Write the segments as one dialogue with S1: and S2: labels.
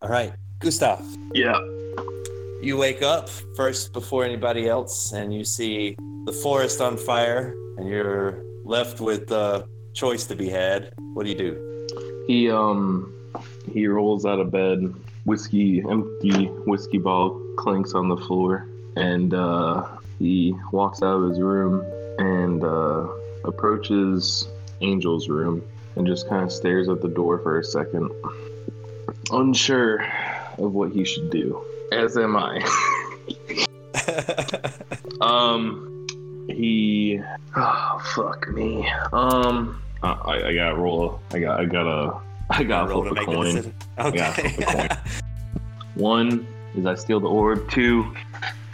S1: All right, Gustav,
S2: Yeah.
S1: you wake up first before anybody else, and you see the forest on fire, and you're left with uh, choice to be had. What do you do?
S2: He um he rolls out of bed. Whiskey empty whiskey bottle clinks on the floor, and uh, he walks out of his room and uh, approaches Angel's room and just kind of stares at the door for a second, unsure of what he should do. As am I. Um, he. Oh fuck me. Um, I, I, I got roll. I got. I got a. I got
S1: Roll to
S2: flip a
S1: make the
S2: coin.
S1: decision.
S2: gotta flip the
S1: Okay.
S2: One is I steal the orb. Two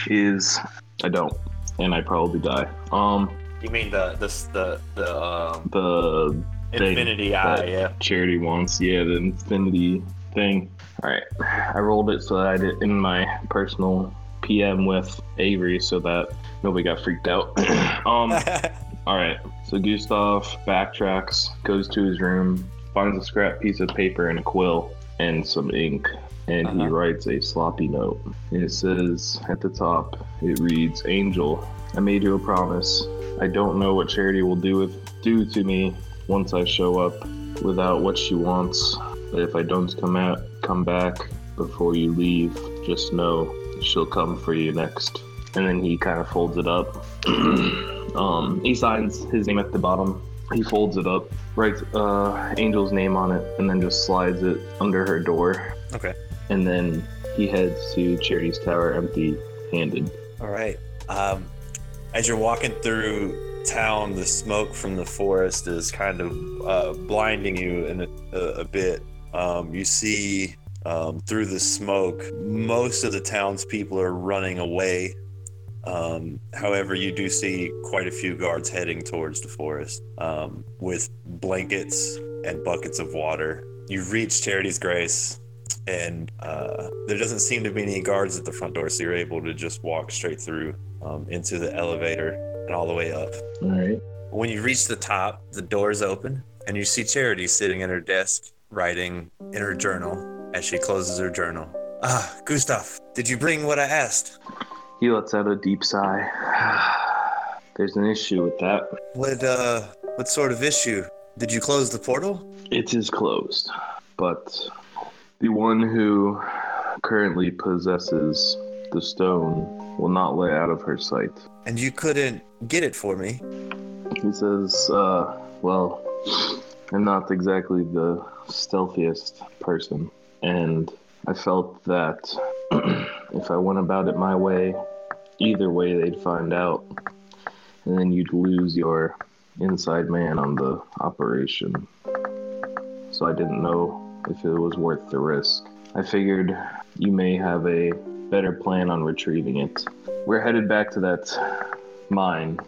S2: is I don't, and I probably die. Um,
S1: you mean the the the, the um,
S2: the Thing.
S1: infinity eye? Yeah.
S2: charity wants. Yeah, the infinity thing. All right, I rolled it so that I did in my personal PM with Avery, so that nobody got freaked out. um. All right. So Gustav backtracks, goes to his room, finds a scrap piece of paper and a quill and some ink, and he
S1: Uh-huh.
S2: writes a sloppy note. And it says at the top, it reads, "Angel, I made you a promise. I don't know what charity will do with do to me once I show up without what she wants. But if I don't come out, come back before you leave, just know she'll come for you next." And then he kind of folds it up. Um, he signs his name at the bottom. He folds it up, writes uh, Angel's name on it, and then just slides it under her door.
S1: Okay.
S2: And then he heads to Charity's Tower empty handed.
S1: All right. Um, as you're walking through town, the smoke from the forest is kind of uh, blinding you in a, a, a bit. Um, you see um, through the smoke, most of the townspeople are running away. Um, however, you do see quite a few guards heading towards the forest um, with blankets and buckets of water. You reach Charity's Grace and uh, there doesn't seem to be any guards at the front door, so you're able to just walk straight through um, into the elevator and all the way up.
S2: All right.
S1: When you reach the top, the doors open, and you see Charity sitting at her desk writing in her journal as she closes her journal. Ah, Gustav, did you bring what I asked?
S2: He lets out a deep sigh. There's an issue with that.
S1: What uh, what sort of issue? Did you close the portal?
S2: It is closed, but the one who currently possesses the stone will not let out of her sight.
S1: And you couldn't get it for me.
S2: He says, uh, well, I'm not exactly the stealthiest person, and I felt that if I went about it my way, either way they'd find out, and then you'd lose your inside man on the operation. So I didn't know if it was worth the risk. I figured you may have a better plan on retrieving it. We're headed back to that mine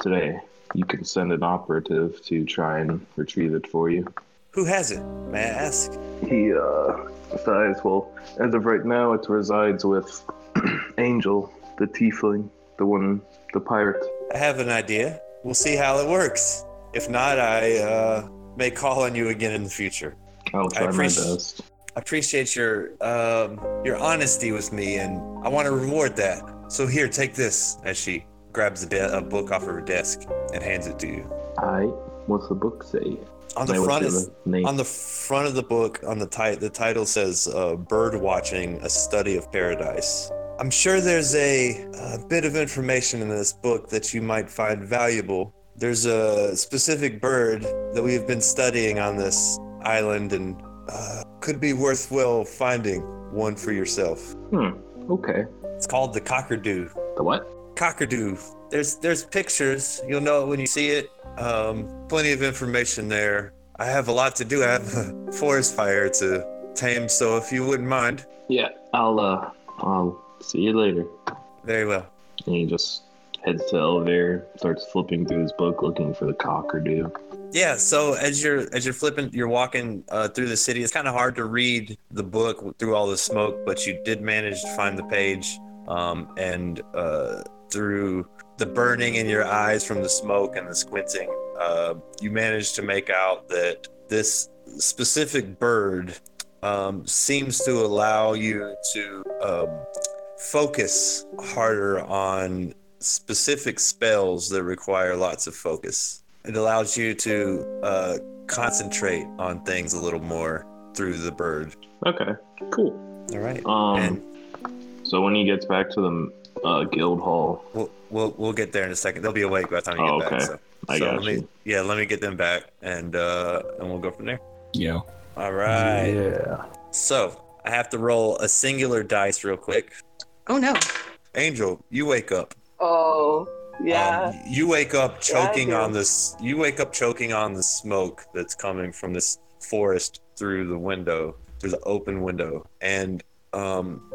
S2: today you can send an operative to try and retrieve it for you.
S1: Who has it? May I ask?
S2: He uh, sighs. Well, as of right now, it resides with Angel, the tiefling, the one, the pirate.
S1: I have an idea. We'll see how it works. If not, I uh, may call on you again in the future.
S2: I'll try my
S1: appreciate-
S2: best.
S1: I appreciate your um, your honesty with me, and I want to reward that. So here, take this. As she grabs a, de- a book off of her desk and hands it to you.
S2: I. What's the book say?
S1: On the
S2: Say, what's
S1: front
S2: your
S1: is
S2: name?
S1: on the front of the book. On the title, the title says uh, "Bird Watching: A Study of Paradise." I'm sure there's a, a bit of information in this book that you might find valuable. There's a specific bird that we have been studying on this island and uh, could be worthwhile finding one for yourself.
S2: okay.
S1: It's called the cockadoo.
S2: The what?
S1: Cockadoo. There's there's pictures. You'll know it when you see it. Um, plenty of information there. I have a lot to do. I have a forest fire to tame, so if you wouldn't mind,
S2: Yeah. I'll uh. I'll see you later.
S1: very well.
S2: And he just heads to elevator, starts flipping through his book looking for the cockadoo.
S1: Yeah. So as you're as you're flipping, you're walking uh, through the city. It's kind of hard to read the book through all the smoke, but you did manage to find the page. Um, and uh, through the burning in your eyes from the smoke and the squinting, uh, you managed to make out that this specific bird um, seems to allow you to um, focus harder on specific spells that require lots of focus. It allows you to uh, concentrate on things a little more through the bird.
S2: Okay, cool.
S1: All right.
S2: Um,
S1: and
S2: so when he gets back to the uh, guild hall,
S1: we'll, we'll we'll get there in a second. They'll be awake by the time you
S2: Oh,
S1: get back.
S2: okay.
S1: So,
S2: I
S1: so
S2: got
S1: let me
S2: you.
S1: yeah, let me get them back and uh and we'll go from there.
S3: Yeah.
S1: All right.
S3: Yeah.
S1: So I have to roll a singular dice real quick.
S4: Oh no.
S1: Angel, you wake up.
S5: Oh, yeah.
S1: Um, you wake up
S5: Yeah, I
S1: choking
S5: do.
S1: on this. You wake up choking on the smoke that's coming from this forest through the window, through the open window, and um,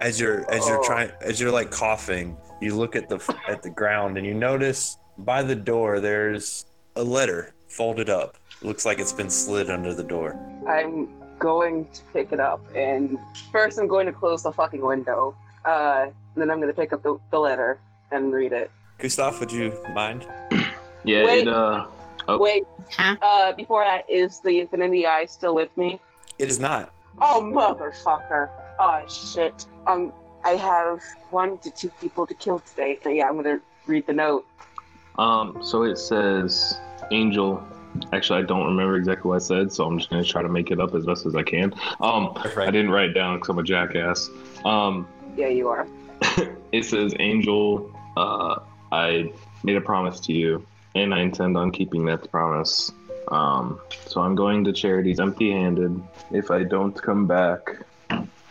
S1: as you're as you're
S5: Oh.
S1: trying as you're like coughing, you look at the at the ground and you notice by the door there's a letter folded up. Looks like it's been slid under the door.
S5: I'm going to pick it up, and first I'm going to close the fucking window. Uh, then I'm going to pick up the, the letter and read it.
S1: Gustav, would you mind?
S2: yeah,
S5: Wait.
S2: it uh, Oh.
S5: Wait,
S4: Huh?
S5: uh, before that, is the Infinity Eye still with me?
S1: It is not.
S5: Oh, motherfucker. Oh, shit. Um, I have one to two people to kill today. So yeah, I'm going to read the note.
S2: um, so it says Angel. Actually, I don't remember exactly what I said, so I'm just gonna try to make it up as best as I can. Um, I didn't write it down because I'm a jackass. Um,
S5: Yeah, you are.
S2: it says Angel. Uh, I made a promise to you, and I intend on keeping that promise. Um, so I'm going to charities empty-handed. If I don't come back,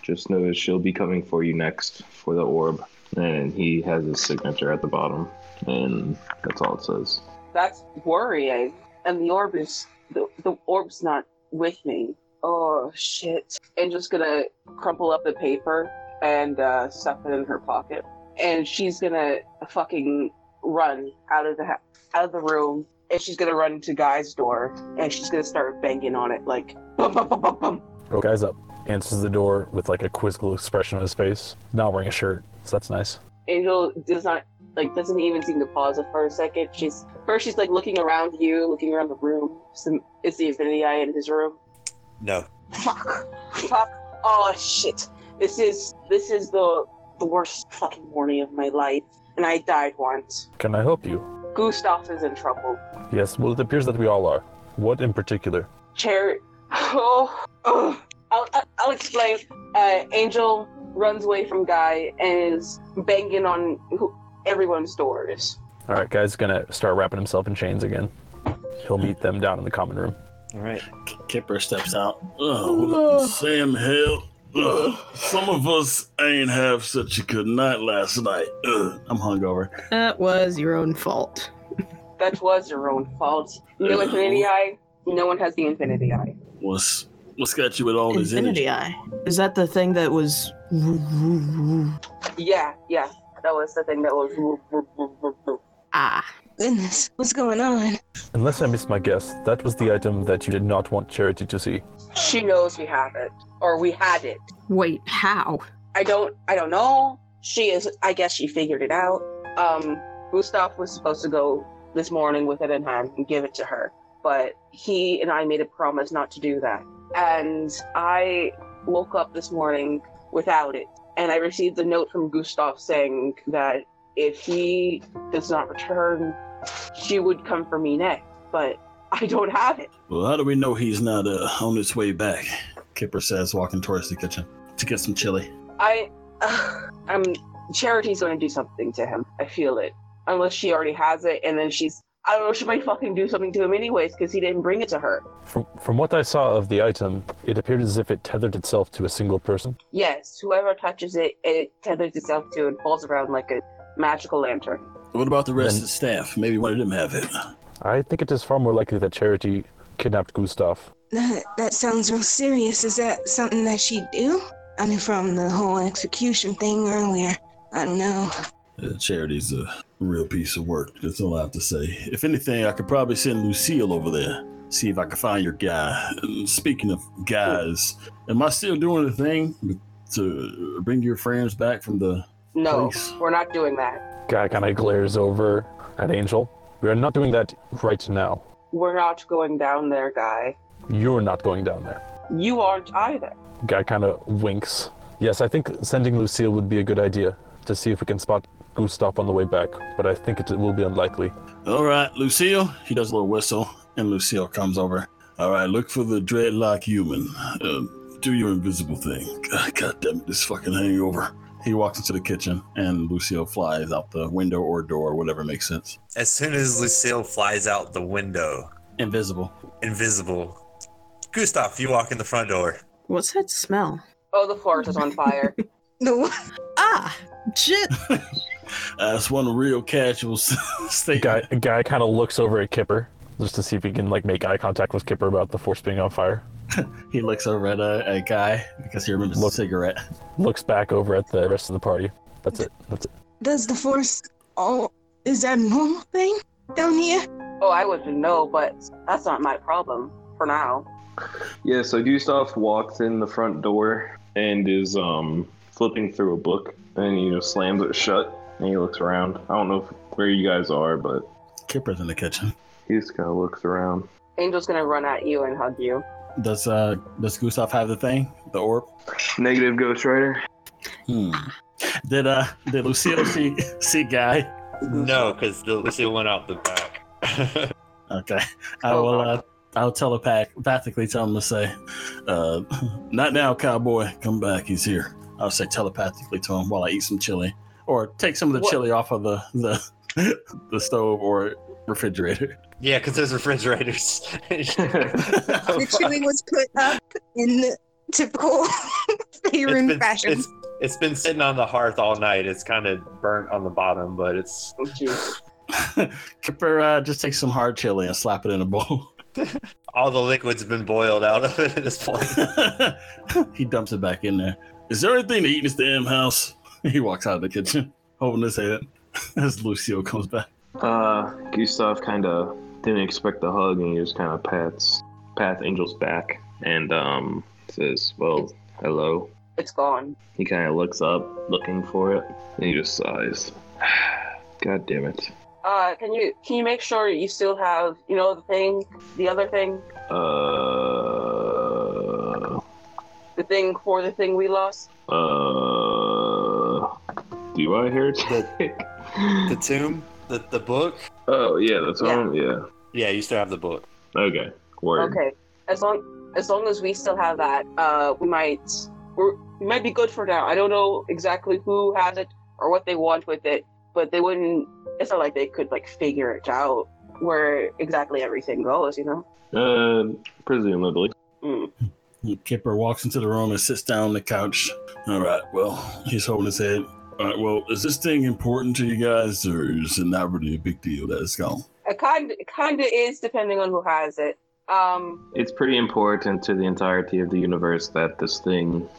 S2: just know that she'll be coming for you next for the orb. And he has his signature at the bottom, and that's all it says.
S5: That's worrying. And the orb is the, the orb's not with me. Oh shit. And just gonna crumple up the paper and uh, stuff it in her pocket. And she's gonna fucking run out of the ha- out of the room. And she's gonna run to Guy's door. And she's gonna start banging on it like bum bum bum bum bum.
S3: Bro, guy's up. Answers the door with like a quizzical expression on his face. Not wearing a shirt, so that's nice.
S5: Angel does not like doesn't even seem to pause it for a second. She's first she's like looking around you, looking around the room. Some it's the Infinity Eye in his room.
S1: No.
S5: Fuck. Fuck. Oh shit. This is this is the the worst fucking morning of my life. And I died once.
S3: Can I help you?
S5: Gustav is in trouble.
S3: Yes, well, it appears that we all are. What in particular?
S5: Cherry. Oh. ugh. I'll, I'll- I'll explain. Uh, Angel runs away from Guy and is banging on who, everyone's doors.
S3: All right, guy's gonna start wrapping himself in chains again. He'll meet them down in the common room.
S1: All right.
S6: Kipper steps out. Oh, Sam, hell. Ugh. Some of us ain't have such a good night last night. Ugh. I'm hungover.
S4: That was your own fault.
S5: That was your own fault. No Infinity Eye. No one has the Infinity Eye.
S6: What's what's got you with all this
S7: Infinity
S6: energy?
S7: Eye. Is that the thing that was?
S5: Yeah, yeah. That was the thing that was.
S7: Ah,
S4: Goodness, what's going on?
S3: Unless I missed my guess, that was the item that you did not want Charity to see.
S5: She knows we have it, or we had it.
S7: wait, how?
S5: I don't. I don't know. She is. I guess she figured it out. Um, Gustav was supposed to go this morning with it in hand and give it to her, but he and I made a promise not to do that. And I woke up this morning without it, and I received a note from Gustav saying that if he does not return, she would come for me next. But I don't have it.
S6: Well, how do we know he's not uh, on his way back? Kipper says, walking towards the kitchen to get some chili.
S5: I, I'm charity's going to do something to him. I feel it. Unless she already has it, and then she's, I don't know, she might fucking do something to him anyways because he didn't bring it to her.
S3: From, from what I saw of the item, it appeared as if it tethered itself to a single person.
S5: Yes, whoever touches it, it tethers itself to and falls around like a magical lantern.
S6: What about the
S3: Then-
S6: rest of the staff? Maybe one of them have it.
S3: I think it is far more likely that Charity kidnapped Gustav.
S8: That that sounds real serious. Is that something that she'd do? I mean, from the whole execution thing earlier. I don't know.
S6: Uh, charity's a real piece of work. That's all I have to say. If anything, I could probably send Lucille over there. See if I can find your guy. And speaking of guys, am I still doing the thing to bring your friends back from the?
S5: No,
S6: Please.
S5: we're not doing that.
S3: Guy kind of glares over at Angel. We are not doing that right now.
S5: We're not going down there, guy.
S3: You're not going down there.
S5: You aren't either.
S3: Guy kind of winks. Yes, I think sending Lucille would be a good idea to see if we can spot Gustav on the way back, but I think it will be unlikely.
S6: All right, Lucille. He does a little whistle, and Lucille comes over. All right, look for the dreadlock human. Uh, do your invisible thing. God, God damn it, this fucking hangover. He walks into the kitchen, and Lucille flies out the window or door, whatever makes sense.
S1: As soon as Lucille flies out the window,
S6: Invisible.
S1: invisible, Gustav, you walk in the front door.
S7: What's that smell?
S5: Oh, the forest is on fire.
S8: No,
S7: Ah, shit.
S6: Uh, That's one real casual s-
S3: Guy,
S6: statement.
S3: guy kind of looks over at Kipper just to see if he can like make eye contact with Kipper about the force being on fire.
S6: He looks over at a, a guy because he remembers
S3: Look.
S6: the cigarette.
S3: Looks back over at the rest of the party. That's it. That's it.
S8: does the force all is that a normal thing down here?
S5: oh, I wouldn't know, but that's not my problem for now.
S2: Yeah, so Gustav walks in the front door and is um flipping through a book and you know slams it shut and he looks around. I don't know if, where you guys are, but
S6: Kipper's in the kitchen.
S2: he just kind of looks around.
S5: Angel's gonna run at you and hug you.
S6: Does uh does Gustav have the thing? The orb?
S2: Negative Ghost Rider.
S6: Hmm. Did uh did Lucille see see guy?
S1: No, because Lucille went out the back.
S6: Okay. I
S5: Oh,
S6: will
S5: God.
S6: uh, I'll telepathically tell him to say, uh, not now, cowboy, come back, he's here. I'll say telepathically to him while I eat some chili. Or take some of the
S5: What?
S6: chili off of the, the the stove or refrigerator.
S1: yeah, because there's refrigerators. Oh,
S8: the chili was put up in the typical
S1: It's
S8: Faerun
S1: been-
S8: fashion.
S1: it's- it's been sitting on the hearth all night. It's kind of burnt on the bottom, but it's
S5: Oh, jeez.
S6: Kipper uh, just take some hard chili and slap it in a bowl.
S1: all the liquid's been boiled out of it at this point.
S6: he dumps it back in there. Is there anything to eat in this damn house? He walks out of the kitchen, hoping to say that as Lucille comes back.
S2: Uh, Gustav kind of didn't expect the hug, and he just kind of pats pats Angel's back and um says, "Well, hello."
S5: It's gone.
S2: He kind of looks up, looking for it, and he just sighs. God damn it.
S5: Uh, can you can you make sure you still have you know the thing, the other thing,
S2: Uh,
S5: the thing for the thing we lost?
S2: uh, do I hear it?
S1: The tomb, the, the book.
S2: oh yeah, that's
S5: Yeah.
S2: one. Yeah.
S1: Yeah, you still have the book.
S2: Okay. Word.
S5: Okay. As long as long as we still have that, uh, we might we're, we might be good for now. I don't know exactly who has it or what they want with it, but they wouldn't. It's not like they could like figure it out where exactly everything goes. You know.
S2: Uh, presumably.
S5: Mm.
S6: Kipper walks into the room and sits down on the couch. All right, well, he's holding his head. All right, well, is this thing important to you guys, or is it not really a big deal that it's gone?
S5: It kind it kind of is depending on who has it. Um,
S2: It's pretty important to the entirety of the universe that this thing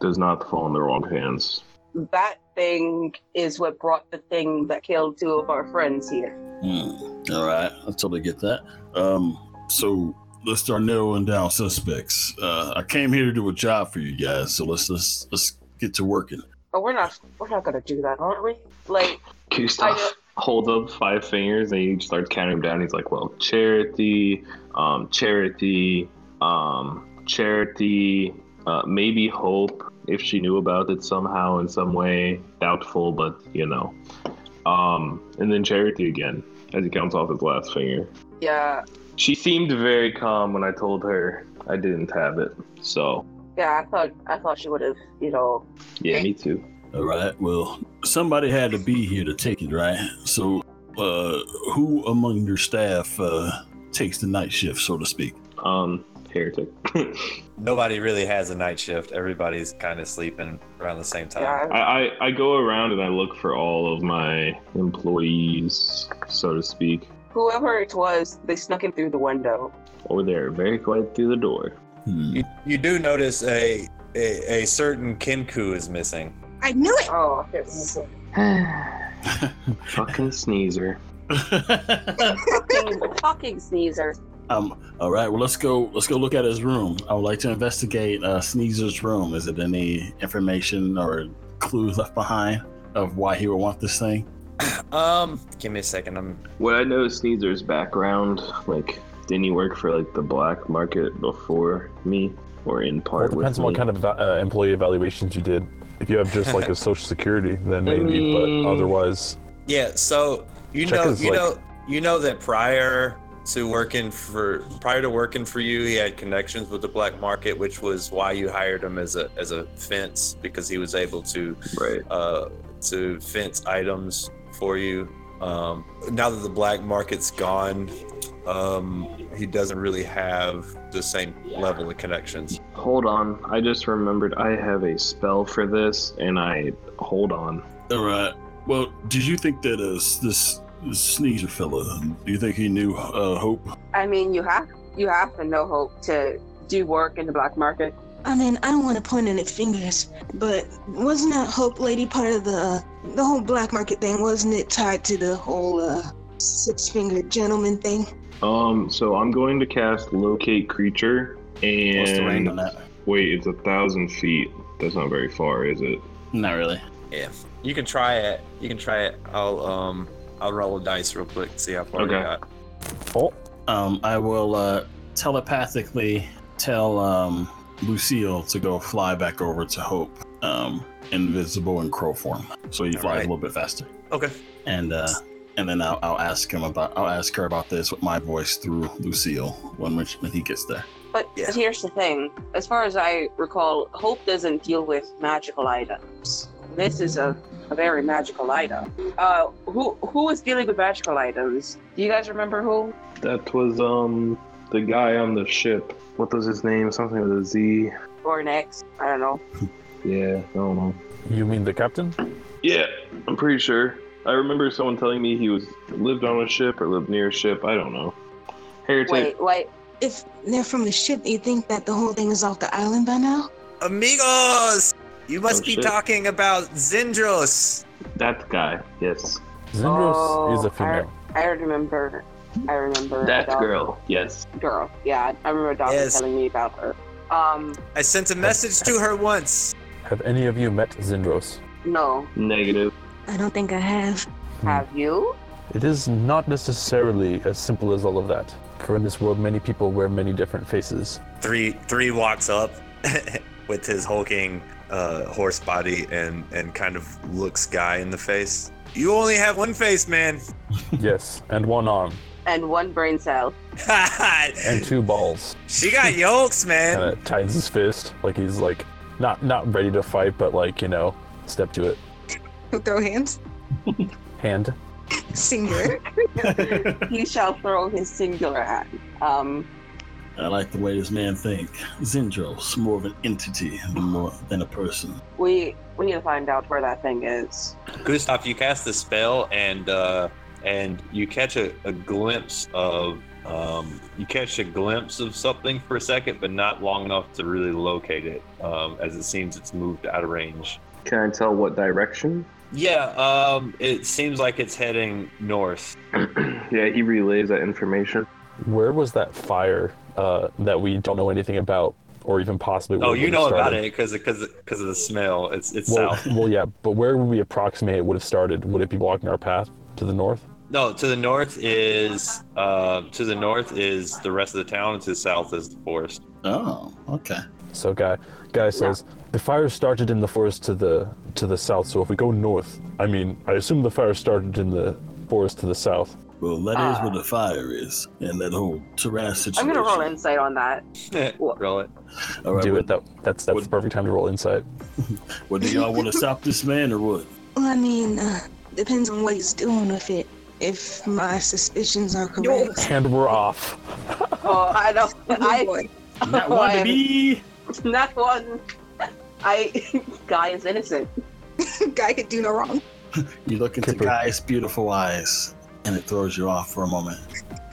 S2: does not fall in the wrong hands.
S5: that thing is what brought the thing that killed two of our friends here.
S6: Hmm. All right, I totally get that. Um, so let's start narrowing down suspects. Uh, I came here to do a job for you guys, so let's let's let's get to working.
S5: Oh, we're not we're not gonna do that, aren't we? Like I know-
S2: Gustav holds up five fingers and he starts counting them down. He's like, well, charity, um, charity, um, charity, uh, maybe hope, if she knew about it somehow in some way. Doubtful, but you know. Um, and then charity again as he counts off his last finger.
S5: yeah,
S2: She seemed very calm when I told her I didn't have it. So,
S5: yeah. I thought I thought she would have, you know,
S2: yeah, me too.
S6: All right, well, somebody had to be here to take it, right? So, uh, who among your staff uh, takes the night shift, so to speak?
S2: Um, heretic.
S1: Nobody really has a night shift. Everybody's kind of sleeping around the same time.
S5: yeah.
S2: I, I, I go around and I look for all of my employees, so to speak,
S5: Whoever it was, they snuck in through the window.
S2: or they're very quiet through the door.
S6: Hmm.
S1: You, you do notice a, a a certain Kinku is missing.
S8: I knew it.
S5: Oh, it's
S2: Fucking sneezer.
S5: fucking, fucking sneezer.
S6: um. All right. Well, let's go. Let's go look at his room. I would like to investigate uh, Sneezer's room. Is it any information or clues left behind of why he would want this thing?
S1: Um, give me a second. I'm
S2: What I know is Sneezer's background, like, didn't he work for like the black market before me? or in
S3: Well,
S2: part
S3: it depends on
S2: with
S3: what
S2: me.
S3: kind of va- uh, employee evaluations you did. If you have just like a social security, then
S2: I
S3: maybe.
S2: mean-
S3: But otherwise,
S1: Yeah, so you
S3: Check
S1: know,
S3: is
S1: you
S3: like-
S1: know, you know that prior to working for prior to working for you, he had connections with the black market, which was why you hired him as a as a fence because he was able to
S2: right
S1: uh, to fence items for you. Um, now that the black market's gone, um, he doesn't really have the same level of connections.
S2: hold on i just remembered i have a spell for this and i hold on
S6: All right. Well, did you think that uh, s- this sneezer fella? Do you think he knew uh, Hope?
S5: I mean, you have you have to know hope to do work in the black market.
S8: I mean, I don't want to point any fingers, but wasn't that Hope Lady part of the uh, the whole black market thing? Wasn't it tied to the whole uh, six fingered gentleman thing?
S2: um so i'm going to cast locate creature and
S9: What's the range on that?
S2: wait it's a thousand feet that's not very far is it
S9: Not really.
S1: You can try it. You can try it. I'll um I'll roll a dice real quick, see how far
S2: Okay.
S1: you got.
S3: oh,
S9: Um, I will uh, telepathically tell um,
S6: Lucille to go fly back over to Hope, um, invisible in crow form, so he
S1: All
S6: flies
S1: right.
S6: a little bit faster.
S1: Okay.
S6: And uh, and then I'll, I'll ask him about I'll ask her about this with my voice through Lucille when we- when he gets there.
S5: But
S1: Yeah.
S5: here's the thing: as far as I recall, hope doesn't deal with magical items. This is a, a very magical item. Uh, who who was dealing with magical items? Do you guys remember who?
S2: that was um the guy on the ship what was his name something with a z
S5: Or next? I don't know.
S2: yeah i don't know
S3: you mean the captain?
S2: Yeah, I'm pretty sure. I remember someone telling me he was lived on a ship or lived near a ship. I don't know. Heretic.
S5: Wait, wait.
S8: If they're from the ship, you think that the whole thing is off the island by now?
S1: Amigos, you must
S2: Oh,
S1: be
S2: shit.
S1: talking about Zindros.
S2: That guy. Yes.
S3: Zendros
S5: Oh,
S3: is a
S5: I-
S3: female.
S5: I remember. I remember
S2: That
S5: Adolphe-
S2: girl. Yes.
S5: Girl, yeah, I remember Doctor
S1: Yes.
S5: telling me about her. Um,
S1: I sent a message to her once.
S3: Have any of you met Zendros?
S5: no,
S2: Negative.
S8: I don't think I have.
S3: Hmm.
S5: have you?
S3: It is not necessarily as simple as all of that. For in this world, many people wear many different faces.
S1: Three three walks up with his hulking uh, horse body and and kind of looks guy in the face. You only have one face, man.
S3: yes, and one arm
S5: And one brain cell.
S3: and two balls.
S1: she got yolks,
S3: Kind
S1: man.
S3: of tightens his fist, like he's like not not ready to fight, but like you know, step to it.
S4: He'll throw hands.
S3: Hand.
S4: Singer.
S5: he shall throw his singular hand. Um,
S6: I like the way this man think. Zendros, more of an entity than more than a person.
S5: we we need to find out where that thing is.
S1: Gustav, you cast the spell and uh, and you catch a, a glimpse of um, you catch a glimpse of something for a second, but not long enough to really locate it, um, as it seems it's moved out of range.
S2: Can I tell what direction?
S1: Yeah, um, it seems like it's heading north.
S2: yeah, he relays that information.
S3: Where was that fire uh, that we don't know anything about, or even possibly?
S1: Oh,
S3: where
S1: you
S3: would've
S1: know about
S3: started?
S1: it because because because of the smell. It's it's
S3: Well,
S1: south.
S3: well, yeah, but where would we approximate it would have started? Would it be blocking our path to the north?
S1: No, to the north is uh, to the north is the rest of the town. and To the south is the forest.
S9: Oh, okay.
S3: So guy guy says the fire started in the forest to the to the south. So if we go north, I mean, I assume the fire started in the forest to the south.
S6: Well, that is
S5: Ah.
S6: where the fire is, and that whole terrain situation.
S5: I'm gonna roll insight on that.
S1: Roll it.
S6: All right,
S3: Do
S6: well,
S3: it. That that's that's the perfect time to roll insight.
S6: well, do y'all want to stop this man or what?
S8: Well, I mean, uh, depends on what he's doing with it. If my suspicions are correct,
S3: And we're off.
S5: Oh, I don't. I
S9: Not one to be.
S5: not one. I guy is innocent.
S4: Guy could do no wrong.
S9: You look into
S3: Kipper.
S9: Guy's beautiful eyes, and it throws you off for a moment.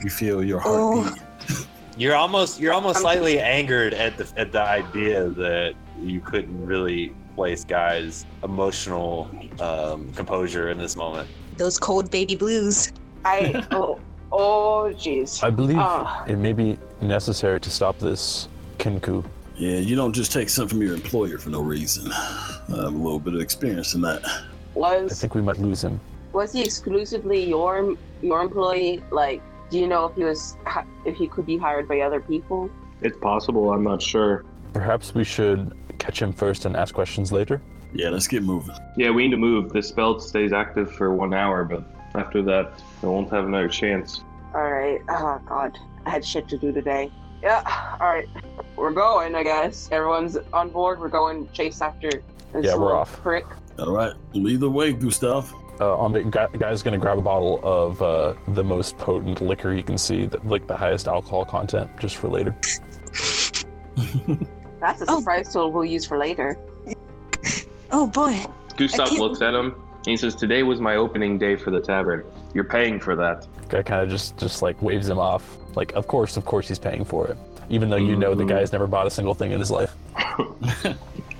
S9: You feel your
S8: Oh.
S9: heart beat.
S1: You're almost you're almost
S5: I'm-
S1: slightly angered at the at the idea that you couldn't really place guys' emotional um, composure in this moment.
S4: Those cold baby blues.
S5: I oh oh jeez.
S3: I believe
S5: Ah.
S3: it may be necessary to stop this Kenku.
S6: Yeah, you don't just take something from your employer for no reason. I have a little bit of experience in that.
S3: I
S5: Was
S3: think we might lose him.
S5: was he exclusively your your employee? Like, do you know if he was if he could be hired by other people?
S2: It's possible. I'm not sure.
S3: Perhaps we should catch him first and ask questions later.
S6: Yeah, let's get moving.
S2: Yeah, we need to move. This spell stays active for one hour, but after that, I won't have another chance.
S5: All right. Oh God, I had shit to do today. Yeah. All right. We're going. I guess everyone's on board. We're going chase after. This
S3: Yeah, we're
S5: little
S3: off.
S5: Prick.
S6: All right, lead the way, Gustav.
S3: Uh, on the guy, guy's gonna grab a bottle of uh, the most potent liquor he can see, that, like the highest alcohol content, just for later.
S5: That's a
S8: Oh.
S5: surprise tool we'll use for later.
S8: Oh boy. I
S2: Gustav
S8: can't-
S2: looks at him and he says, Today was my opening day for the tavern. You're paying for that.
S3: Guy kind of just just like waves him off. Like, of course, of course, he's paying for it, even though you know the
S2: Mhm.
S3: guy's never bought a single thing in his life.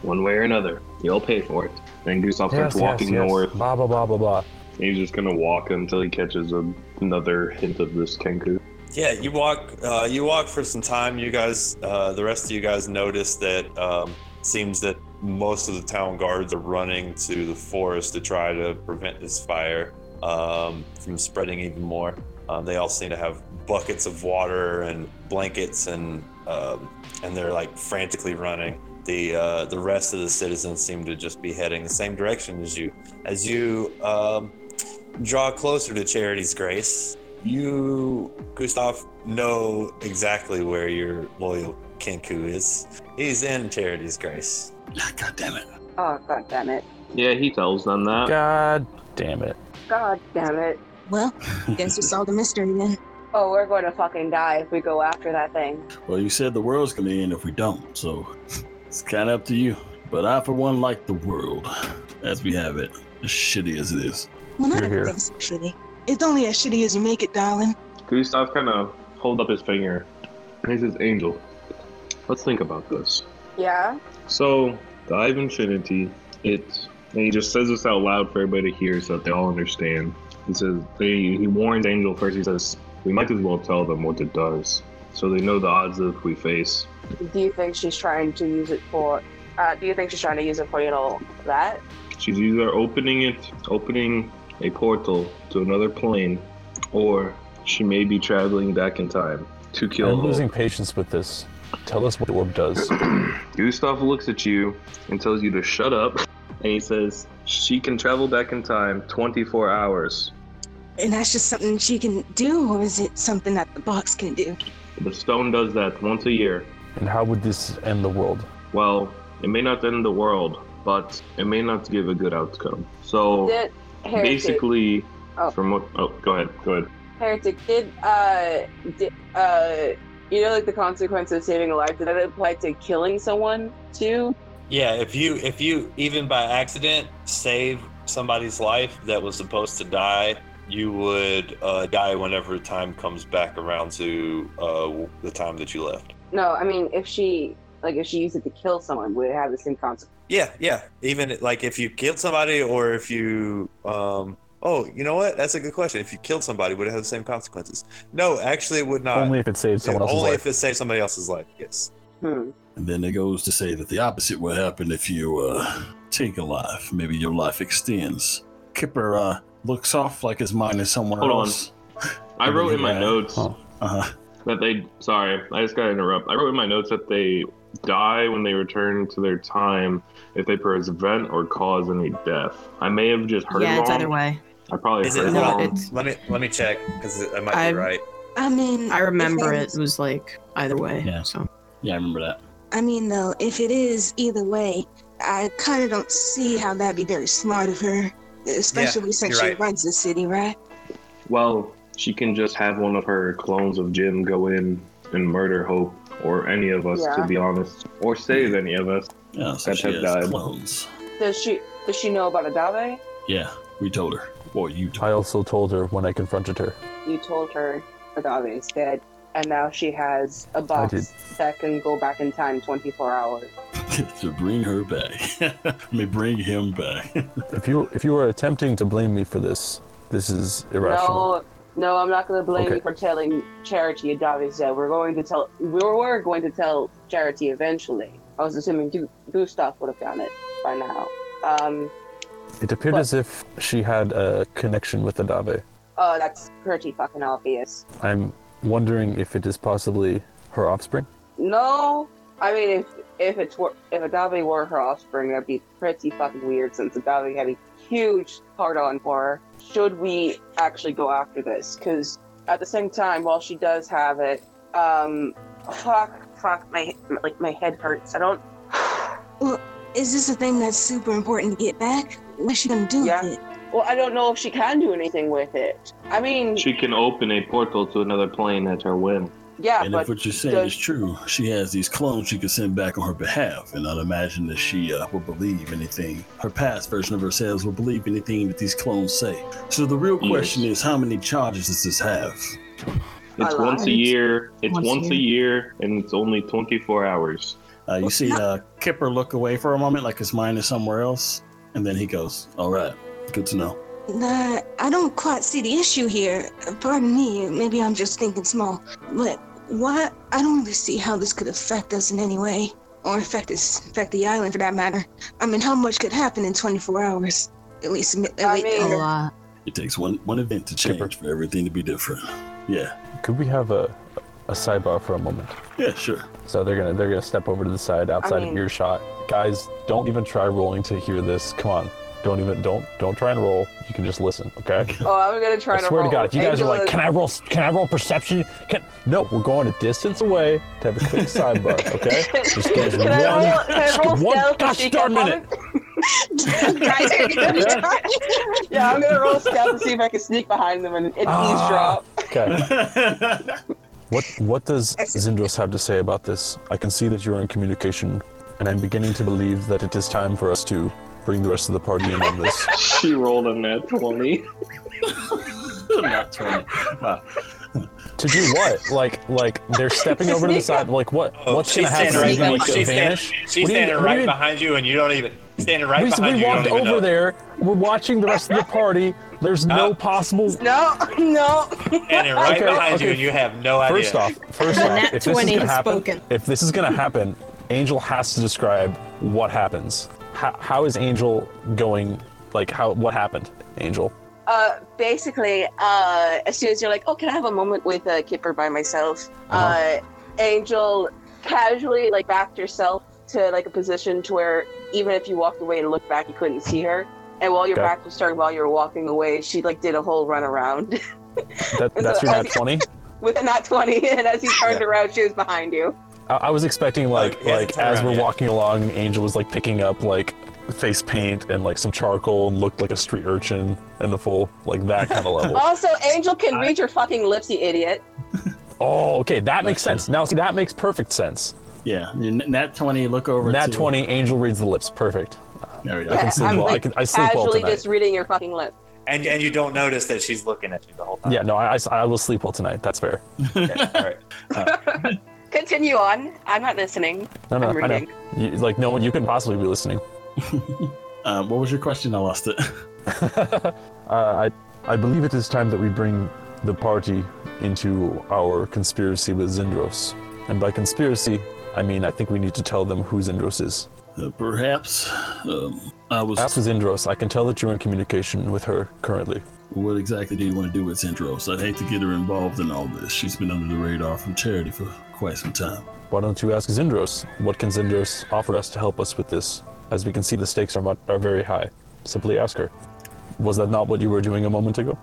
S2: One way or another, you'll pay for it. Then Gustav starts walking north.
S3: Blah blah blah blah blah.
S2: and He's just gonna walk until he catches a, another hint of this Kenku.
S1: Yeah, you walk. Uh, you walk for some time. You guys, uh, the rest of you guys, notice that um, seems that most of the town guards are running to the forest to try to prevent this fire um, from spreading even more. Um, they all seem to have buckets of water and blankets, and um, and they're like frantically running. The uh, the rest of the citizens seem to just be heading the same direction as you. As you um, draw closer to Charity's Grace, you, Gustav, know exactly where your loyal Kenku is. He's in Charity's Grace.
S6: Ah, God damn it.
S5: Oh God damn it!
S2: Yeah, he tells them that.
S3: God damn it.
S5: God damn it!
S8: Well, guess we solved the mystery then.
S5: Oh, we're going to fucking die if we go after that thing.
S6: Well, you said the world's gonna end if we don't, so it's kind of up to you. But I, for one, like the world as we have it, as shitty as it is.
S8: Well, not
S3: You're here.
S8: everything's so shitty. It's only as shitty as you make it, darling.
S2: Gustav kind of holds up his finger. and He says, Angel, let's think about this.
S5: Yeah.
S2: So, Dive Infinity, it, and he just says this out loud for everybody to hear so that they all understand. He says, they, he warns Angel first, he says, we might as well tell them what it does, so they know the odds that we face.
S5: Do you think she's trying to use it for? Uh, do you think she's trying to use it for you know that?
S2: She's either opening it, opening a portal to another plane, or she may be traveling back in time to kill
S3: I'm
S2: Hulk.
S3: losing patience with this. Tell us what the orb does.
S2: Gustav looks at you and tells you to shut up, and he says, she can travel back in time 24 hours.
S8: And that's just something she can do, or is it something that the box can do?
S2: The stone does that once a year.
S3: And how would this end the world?
S2: Well, it may not end the world, but it may not give a good outcome. So
S5: Did Heretic,
S2: basically,
S5: Oh.
S2: from what? Oh, go ahead. Go ahead.
S5: Heretic did uh did, uh you know like the consequence of saving a life did that apply to killing someone too?
S1: Yeah, if you if you even by accident save somebody's life that was supposed to die, you would uh, die whenever time comes back around to uh, the time that you left.
S5: No, I mean if she like if she used it to kill someone, would it have the same consequence?
S1: Yeah, yeah. Even like if you killed somebody, or if you, um, oh, you know what? That's a good question. If you killed somebody, would it have the same consequences? No, actually, it would not.
S3: Only if it saves someone else's
S1: Uh, Only
S3: life.
S1: if it saved somebody else's life. Yes.
S5: Hmm.
S6: And then it goes to say that the opposite will happen if you uh, take a life. Maybe your life extends. Kipper uh, looks off like his mind is somewhere
S2: Hold on.
S6: else.
S2: I wrote in my
S6: Yeah.
S2: notes
S3: Oh.
S6: Uh huh.
S2: that they. Sorry, I just got to interrupt. I wrote in my notes that they die when they return to their time if they prevent or cause any death. I may have just heard
S7: yeah,
S2: wrong.
S7: it's either way.
S2: I probably
S1: Is
S2: heard
S1: it-
S7: No,
S2: wrong.
S7: it's.
S1: Let me let me check because I might
S7: I'm-
S1: be right.
S8: I mean,
S7: I remember
S8: if
S7: it was like either way.
S6: Yeah.
S7: So
S6: Yeah, I remember that.
S8: I mean, though, if it is either way, I kind of don't see how that'd be very smart of her, especially since
S1: you're
S8: she
S1: right.
S8: runs the city, right?
S2: Well, she can just have one of her clones of Jim go in and murder Hope or any of us,
S5: Yeah.
S2: to be honest, or save any of us.
S6: Yeah, so
S2: That
S6: she
S2: had
S6: has
S2: died.
S6: clones.
S5: Does she does she know about Adave?
S6: Yeah, we told her. Boy, you told
S3: I also told her when I confronted her.
S5: You told her Adave is dead. And now she has a
S3: did.
S5: box that can go back in time 24 hours.
S6: to bring her back. I mean, bring him back.
S3: If you if you are attempting to blame me for this, this is irrational.
S5: No, no, I'm not going to blame
S3: Okay.
S5: you for telling Charity Adave said. We're going to tell. We were going to tell Charity eventually. I was assuming Du- Gustav would have done it by now. Um,
S3: It appeared
S5: What?
S3: as if she had a connection with Adabe.
S5: oh, that's pretty fucking obvious.
S3: I'm wondering if it is possibly her offspring.
S5: No, I mean, if if it's were- if Agave were her offspring, that'd be pretty fucking weird. Since Agave had a huge part on for her, should we actually go after this? Because at the same time, while she does have it, um, fuck, fuck, my like my head hurts. I don't.
S8: Is this a thing that's super important to get back? What's she gonna do
S5: Yeah.
S8: with it?
S5: Well, I don't know if she can do anything with it. I mean,
S2: She can open a portal to another plane at her whim.
S5: yeah,
S6: and
S5: but
S6: if what you're saying
S5: does-
S6: is true, she has these clones she could send back on her behalf, and I'd imagine that she uh, will believe anything. Her past version of herself will believe anything that these clones say. So the real
S2: Yes.
S6: question is, how many charges does this have?
S2: It's
S5: I
S2: once a
S7: lied.
S2: year. It's
S7: Once
S2: once,
S7: a
S2: a year, and it's only 24 hours.
S6: Uh, you see uh, Kipper look away for a moment, like his mind is somewhere else, and then he goes, "All right, good to know."
S8: Nah, I don't quite see the issue here. Pardon me, maybe I'm just thinking small. But why? I don't really see how this could affect us in any way, or affect us, affect the island for that matter. I mean, how much could happen in 24 hours? At least, at least
S5: I mean-
S7: A lot.
S6: It takes one one event to change
S3: Kipper.
S6: for everything to be different. Yeah,
S3: Could we have a a sidebar for a moment?
S6: yeah, sure.
S3: So they're gonna they're gonna step over to the side outside
S5: mean-
S3: of earshot. Guys, don't even try rolling to hear this. Come on. Don't even don't don't try and roll. You can just listen, okay?
S5: oh, I'm gonna try
S3: I
S5: to
S3: swear
S5: roll.
S3: to God, if you guys are
S5: Angela's-
S3: like, can I roll? Can I roll perception? Can no, we're going a distance away to have a quick sidebar. Okay, just get
S5: Can I roll-
S3: one,
S5: can I
S3: just
S5: roll
S3: one
S5: stealth to
S3: gosh
S5: sneak
S3: darn
S5: up on
S3: minute.
S4: Guys are gonna
S3: Yeah.
S4: try.
S5: Yeah, I'm gonna roll stealth to see if I can sneak behind them and and eavesdrop.
S3: Ah. Okay,
S6: yeah,
S3: what what does Zindros have to say about this? I can see that you're in communication, and I'm beginning to believe that it is time for us to bring the rest of the party in on this.
S2: She rolled a nat 20.
S6: Not trying to- wow.
S3: To do what? Like like they're stepping over to the side. Like what?
S10: Oh,
S3: What's
S10: she's
S3: gonna happen?
S10: standing
S3: Are
S10: right
S3: you gonna,
S10: behind
S3: like,
S10: you. She's standing,
S3: vanish?
S10: she's
S3: What do you-
S10: standing
S3: what do
S10: right
S3: you-
S10: behind you, and you don't even standing right
S3: we,
S10: behind
S3: we
S10: you. you
S3: walked
S10: don't even
S3: over
S10: know.
S3: there. We're watching the rest of the party. There's no
S10: Uh,
S3: possible.
S5: No, no.
S10: Standing right
S3: Okay,
S10: behind you,
S3: okay.
S10: and you have no idea.
S3: First off, first
S7: And
S3: off,
S7: that
S3: if this is
S7: 20
S3: gonna
S7: has
S3: happen,
S7: spoken.
S3: if this is gonna happen, Angel has to describe what happens. How, how is Angel going? Like how? What happened, Angel?
S5: Uh, basically, uh, as soon as you're like, oh, can I have a moment with uh, Kipper by myself? uh
S3: Uh-huh.
S5: Angel casually like backed herself to like a position to where even if you walked away and looked back, you couldn't see her. And while your
S3: Okay.
S5: back was turned, while you were walking away, she like did a whole run around
S3: That, that's your nat twenty.
S5: with a nat twenty. And as you turned around, she was behind you.
S3: I, I was expecting like
S10: Oh, yeah,
S3: like
S10: turn
S3: as
S10: around,
S3: we're
S10: yeah.
S3: walking along, Angel was like picking up like face paint and like some charcoal and looked like a street urchin in the full like that kind of level.
S5: Also, Angel can read your fucking lips, you idiot.
S3: oh, okay, that makes sense. Now see, that makes perfect sense.
S6: Yeah, your n- nat twenty. Look over.
S3: Nat
S6: to-
S3: twenty, Angel reads the lips. Perfect.
S6: There we go.
S3: I can sleep
S5: I'm,
S3: well. I
S5: like,
S3: can I sleep well
S5: Casually
S3: tonight.
S5: just reading your fucking lips.
S10: and and you don't notice that she's looking at you the
S1: Uh.
S10: whole time.
S3: Yeah, no, I, I, I will sleep well tonight. That's fair.
S10: All right.
S5: Continue on. I'm not listening.
S3: No, no,
S5: I'm
S3: I know.
S5: reading.
S3: You, like, no one you can possibly be listening.
S6: Uh, what was your question? I lost it.
S3: Uh, I, I believe it is time that we bring the party into our conspiracy with Zindros. And by conspiracy, I mean I think we need to tell them who Zindros is.
S6: Uh, perhaps um, I was.
S3: Ask Zindros. I can tell that you're in communication with her currently.
S6: What exactly do you want to do with Zendros? I'd hate to get her involved in all this. She's been under the radar from charity for quite some time.
S3: Why don't you ask Zindros? What can Zindros offer us to help us with this? As we can see, the stakes are, mu- are very high. Simply ask her. Was that not what you were doing a moment ago?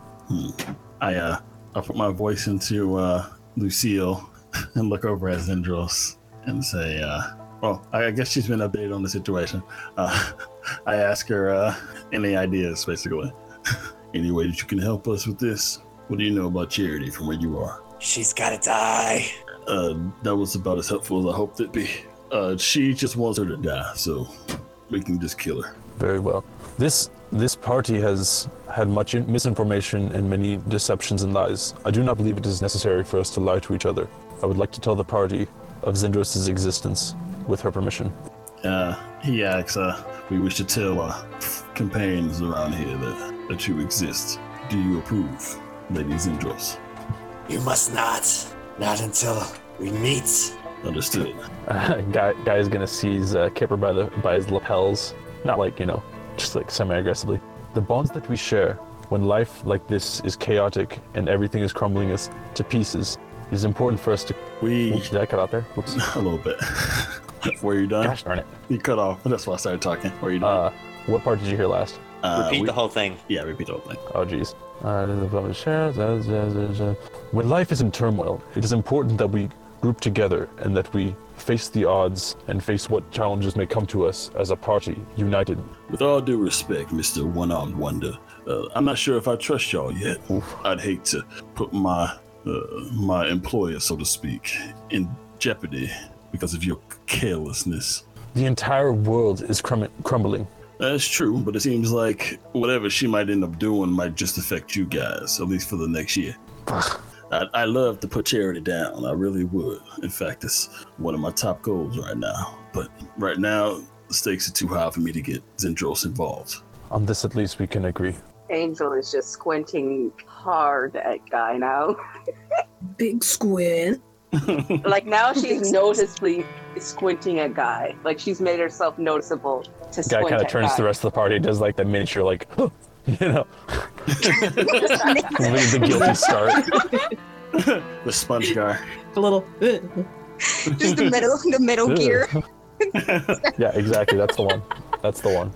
S6: I uh, I put my voice into uh, Lucille and look over at Zendros and say, uh, "Well, I I guess she's been updated on the situation." Uh, I ask her uh, any ideas, basically, any way that you can help us with this. What do you know about charity from where you are?
S10: She's gotta die.
S6: Uh, that was about as helpful as I hoped it'd be. Uh, she just wants her to die, so we can just kill her.
S3: Very well. This this party has had much in- misinformation and many deceptions and lies. I do not believe it is necessary for us to lie to each other. I would like to tell the party of Zendros' existence with her permission.
S6: Uh, he asks, uh, we wish to tell our companions around here that, that you exist. Do you approve, Lady Zendros?
S10: You must not. Not until we meet.
S6: Understood.
S3: guy guy is gonna seize uh, Kipper by the by his lapels, not like you know, just like semi-aggressively. The bonds that we share when life like this is chaotic and everything is crumbling us to pieces, it is important for us to.
S6: We,
S3: Did I cut out there? Whoops.
S6: a little bit. Were you done?
S11: Gosh darn it.
S6: You cut off. That's why I started talking. Were you Uh,
S3: done? Uh, what part did you hear last?
S11: Repeat the whole thing.
S6: Yeah, repeat the whole thing.
S3: Oh, jeez. Uh, the public share- the- the- the- the- When life is in turmoil, it is important that we group together and that we face the odds and face what challenges may come to us as a party, united.
S6: With all due respect, Mr. One Armed Wonder, uh, I'm not sure if I trust y'all yet. I'd hate to put my uh, my employer, so to speak, in jeopardy because of your carelessness.
S3: The entire world is crum- crumbling.
S6: That's true, but it seems like whatever she might end up doing might just affect you guys, at least for the next year. I, I love to put charity down. I really would. In fact, it's one of my top goals right now. But right now, the stakes are too high for me to get Zendros involved.
S3: On this, at least, we can agree.
S5: Angel is just squinting hard at Guy now.
S7: Big squid.
S5: like now she's noticeably squinting at Guy. Like she's made herself noticeable to
S3: Guy
S5: squint
S3: kind of
S5: at
S3: turns to
S5: Guy.
S3: the rest of the party, does like the miniature, like, you know, the, the guilty start.
S6: The sponge guy.
S7: A little.
S8: Just the middle, the middle gear.
S3: yeah, exactly. That's the one. That's the one.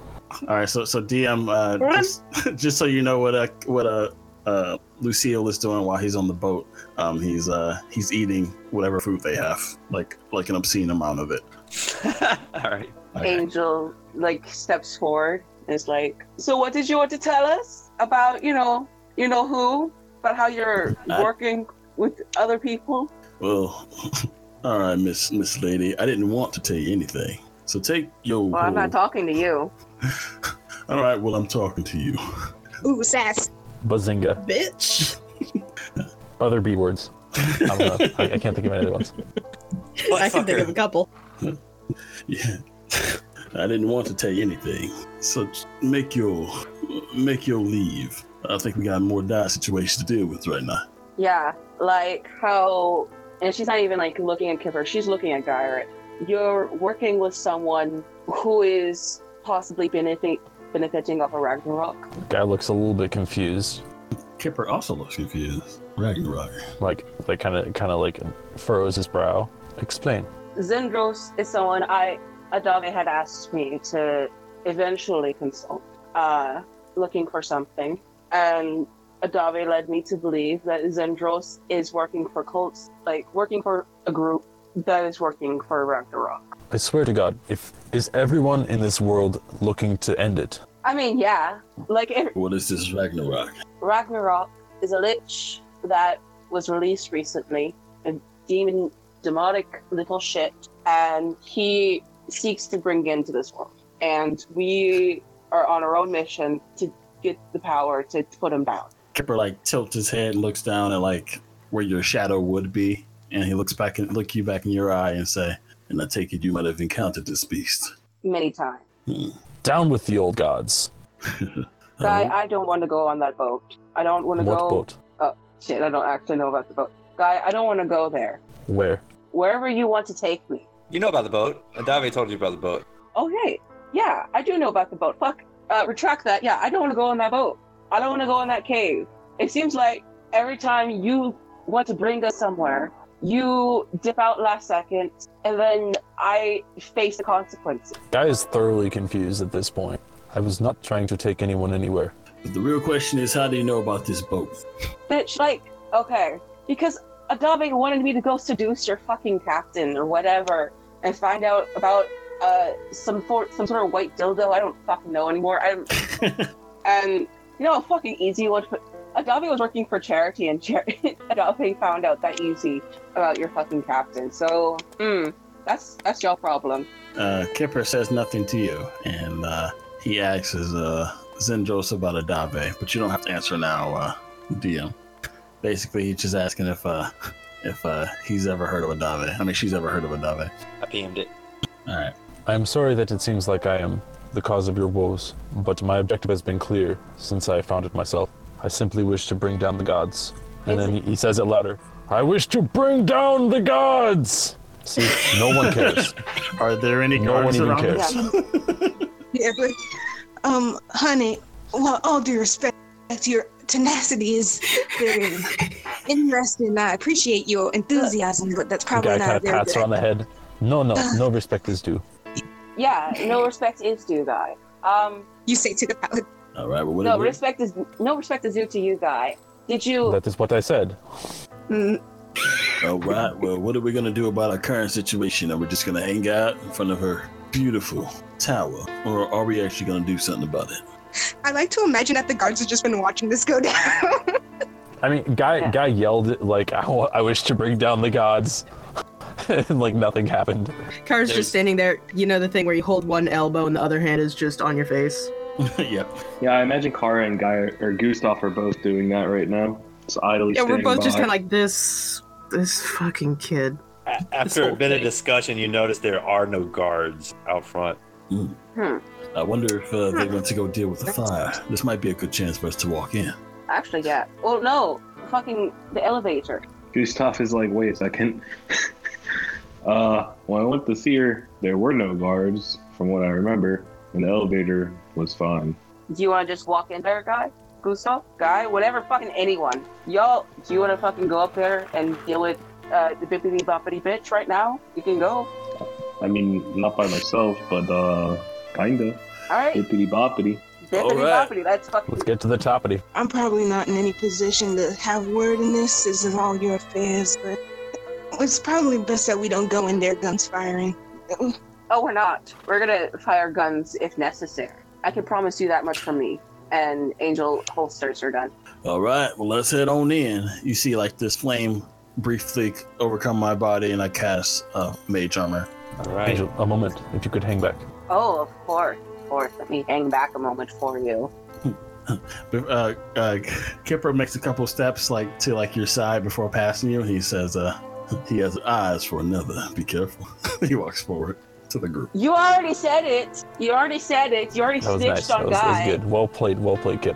S6: All right, so so DM, uh,
S8: Run.
S6: just, just so you know what uh, what uh, uh, Lucille is doing while he's on the boat, um, he's uh, he's eating whatever food they have, like like an obscene amount of it.
S11: All right.
S5: Angel like steps forward and is like, "So what did you want to tell us about? You know, you know who, about how you're
S6: I-
S5: working with other people."
S6: Well, all right, Miss Miss Lady, I didn't want to tell you anything, so take your.
S5: Well, I'm not talking to you.
S6: all right, well, I'm talking to you.
S8: Ooh, sass.
S3: Bazinga.
S7: Bitch.
S3: Other B words. I don't know. I, I can't think of any other ones.
S7: I can think of a couple.
S6: Yeah. I didn't want to tell you anything. So j- make your make your leave. I think we got more dire situations to deal with right now.
S5: Yeah, like how, and she's not even like looking at Kipper. She's looking at Gyrat. You're working with someone who is possibly benefiting benefiting off of Ragnarok.
S3: Guy looks a little bit confused,
S6: Kipper also looks confused. Ragnarok.
S3: like like kind of kind of like furrows his brow. Explain.
S5: Zendros is someone I Adave had asked me to eventually consult, uh, looking for something, and Adave led me to believe that Zendros is working for cults, like working for a group that is working for Ragnarok.
S3: I swear to God, if is everyone in this world looking to end it?
S5: I mean, yeah, like if
S6: What is this Ragnarok?
S5: Ragnarok is a lich that was released recently, a demon, demonic little shit, and he seeks to bring into this world. And we are on our own mission to get the power to put him down.
S6: Kipper like tilts his head and looks down at like where your shadow would be, and he looks back and look you back in your eye and say, "And I take it you might have encountered this beast."
S5: Many times.
S3: Down with the old gods.
S5: Guy,
S6: Uh,
S5: I don't want to go on that boat. I don't want to
S3: Uh-huh. What
S5: go.
S3: boat?
S5: Oh, shit, I don't actually know about the boat. Guy, I don't want to go there.
S3: Where?
S5: Wherever you want to take me.
S11: You know about the boat. Adave told you about the boat.
S5: Okay. Yeah, I do know about the boat. Fuck. Uh, retract that. Yeah, I don't want to go on that boat. I don't want to go in that cave. It seems like every time you want to bring us somewhere, you dip out last second, and then I face the consequences.
S3: Guy is thoroughly confused at this point. I was not trying to take anyone anywhere.
S6: But the real question is, how do you know about this boat?
S5: Bitch, like, okay. Because Adabe wanted me to go seduce your fucking captain or whatever and find out about uh, some, for- some sort of white dildo. I don't fucking know anymore. I'm, and, you know, a fucking easy one. for- Adabe was working for charity and char- Adabe found out that easy about your fucking captain. So, mm, that's that's your problem.
S6: Uh, Kipper says nothing to you, and uh, he asks his, uh, Zendros about Adave, but you don't have to answer now, uh, DM. Basically, he's just asking if uh, if uh, he's ever heard of Adave. I mean, she's ever heard of Adave.
S11: I PM'd it.
S6: All right.
S3: I am sorry that it seems like I am the cause of your woes, but my objective has been clear since I found it myself. I simply wish to bring down the gods. And then he, he says it louder I wish to bring down the gods! See, no one cares.
S9: Are there any
S3: No one
S9: guards
S3: even
S9: around
S3: cares.
S9: us?
S8: Yeah, but um, honey, well, all due respect, your tenacity is very interesting. I appreciate your enthusiasm, but that's
S3: The
S8: probably
S3: guy
S8: not
S3: kind
S8: a
S3: of
S8: very
S3: pats
S8: good
S3: her on the head. No, no, no respect is due.
S5: Yeah, no respect is due, guy. Um,
S8: you say to the paladin.
S6: All right, well, what
S5: no
S6: what-
S5: respect is no respect is due to you, guy. Did you?
S3: That is what I said.
S8: Mm.
S6: All right, well, what are we gonna do about our current situation? Are we just gonna hang out in front of her beautiful tower, or are we actually gonna do something about it?
S8: I like to imagine that the guards have just been watching this go down.
S3: I mean, guy, guy yelled it like, I, wa- "I wish to bring down the gods," and like nothing happened.
S7: Car's just standing there. You know the thing where you hold one elbow and the other hand is just on your face.
S6: yep.
S12: Yeah, I imagine Kara and Guy or Gustav are both doing that right now. It's idly.
S7: Yeah, we're
S12: standing
S7: both just
S12: by.
S7: kind of like this. This fucking kid.
S1: After a bit of discussion, you notice there are no guards out front.
S6: I wonder if uh, they went to go deal with the fire. This might be a good chance for us to walk in.
S5: Actually, yeah. Well, no, fucking the elevator.
S12: Gustav is like, wait a second. uh, when I went to see her, there were no guards, from what I remember, and the elevator was fine.
S5: Do you want to just walk in there, guy? Gustav, guy, whatever, fucking anyone. Y'all, do you want to fucking go up there and deal with uh, the bippity boppity bitch right now? You can go.
S12: I mean, not by myself, but uh, kinda.
S5: All right.
S12: Bippity boppity.
S5: Bippity boppity. That's fucking.
S3: Let's get to the toppity.
S8: I'm probably not in any position to have word in this. This is all your affairs, but it's probably best that we don't go in there guns firing.
S5: Oh, we're not. We're gonna fire guns if necessary. I can promise you that much from me. And Angel holsters her gun.
S6: All right, well, let's head on in. You see, like, this flame briefly overcome my body, and I cast uh, mage armor.
S3: All right. Angel, a moment, if you could hang back.
S5: Oh, of course, of course. Let me hang back a moment for you.
S6: Uh, uh, Kipper makes a couple steps, like, to, like, your side before passing you, and he says, uh, he has eyes for another. Be careful. he walks forward to the group.
S5: You already said it. You already said it. You already
S3: That was
S5: snitched
S3: nice. That
S5: on
S3: was, that was
S5: guy.
S3: good. Well played. Well played, kid.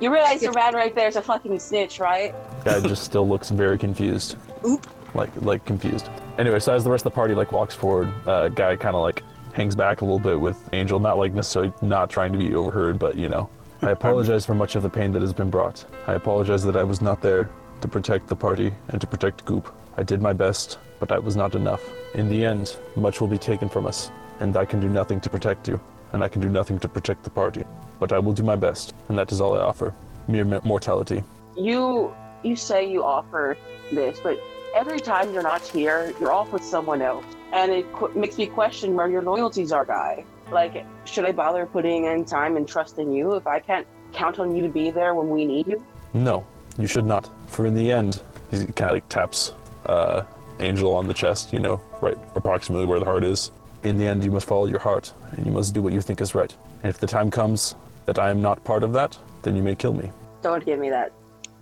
S5: You realize your man right there is a fucking snitch, right?
S3: Guy just still looks very confused.
S8: Oop.
S3: Like like confused. Anyway, so as the rest of the party like walks forward, uh, guy kind of like hangs back a little bit with Angel, not like necessarily not trying to be overheard, but you know, I apologize for much of the pain that has been brought. I apologize that I was not there to protect the party and to protect Goop. I did my best, but that was not enough. In the end, much will be taken from us, and I can do nothing to protect you, and I can do nothing to protect the party. But I will do my best, and that is all I offer. Mere m- mortality.
S5: You you say you offer this, but every time you're not here, you're off with someone else, and it qu- makes me question where your loyalties are, guy. Like, should I bother putting in time and trust in you if I can't count on you to be there when we need you?
S3: No, you should not. For in the end, he kind of like taps uh, Angel on the chest, you know, right approximately where the heart is. In the end, you must follow your heart, and you must do what you think is right. And if the time comes that I am not part of that, then you may kill me.
S5: Don't give me that.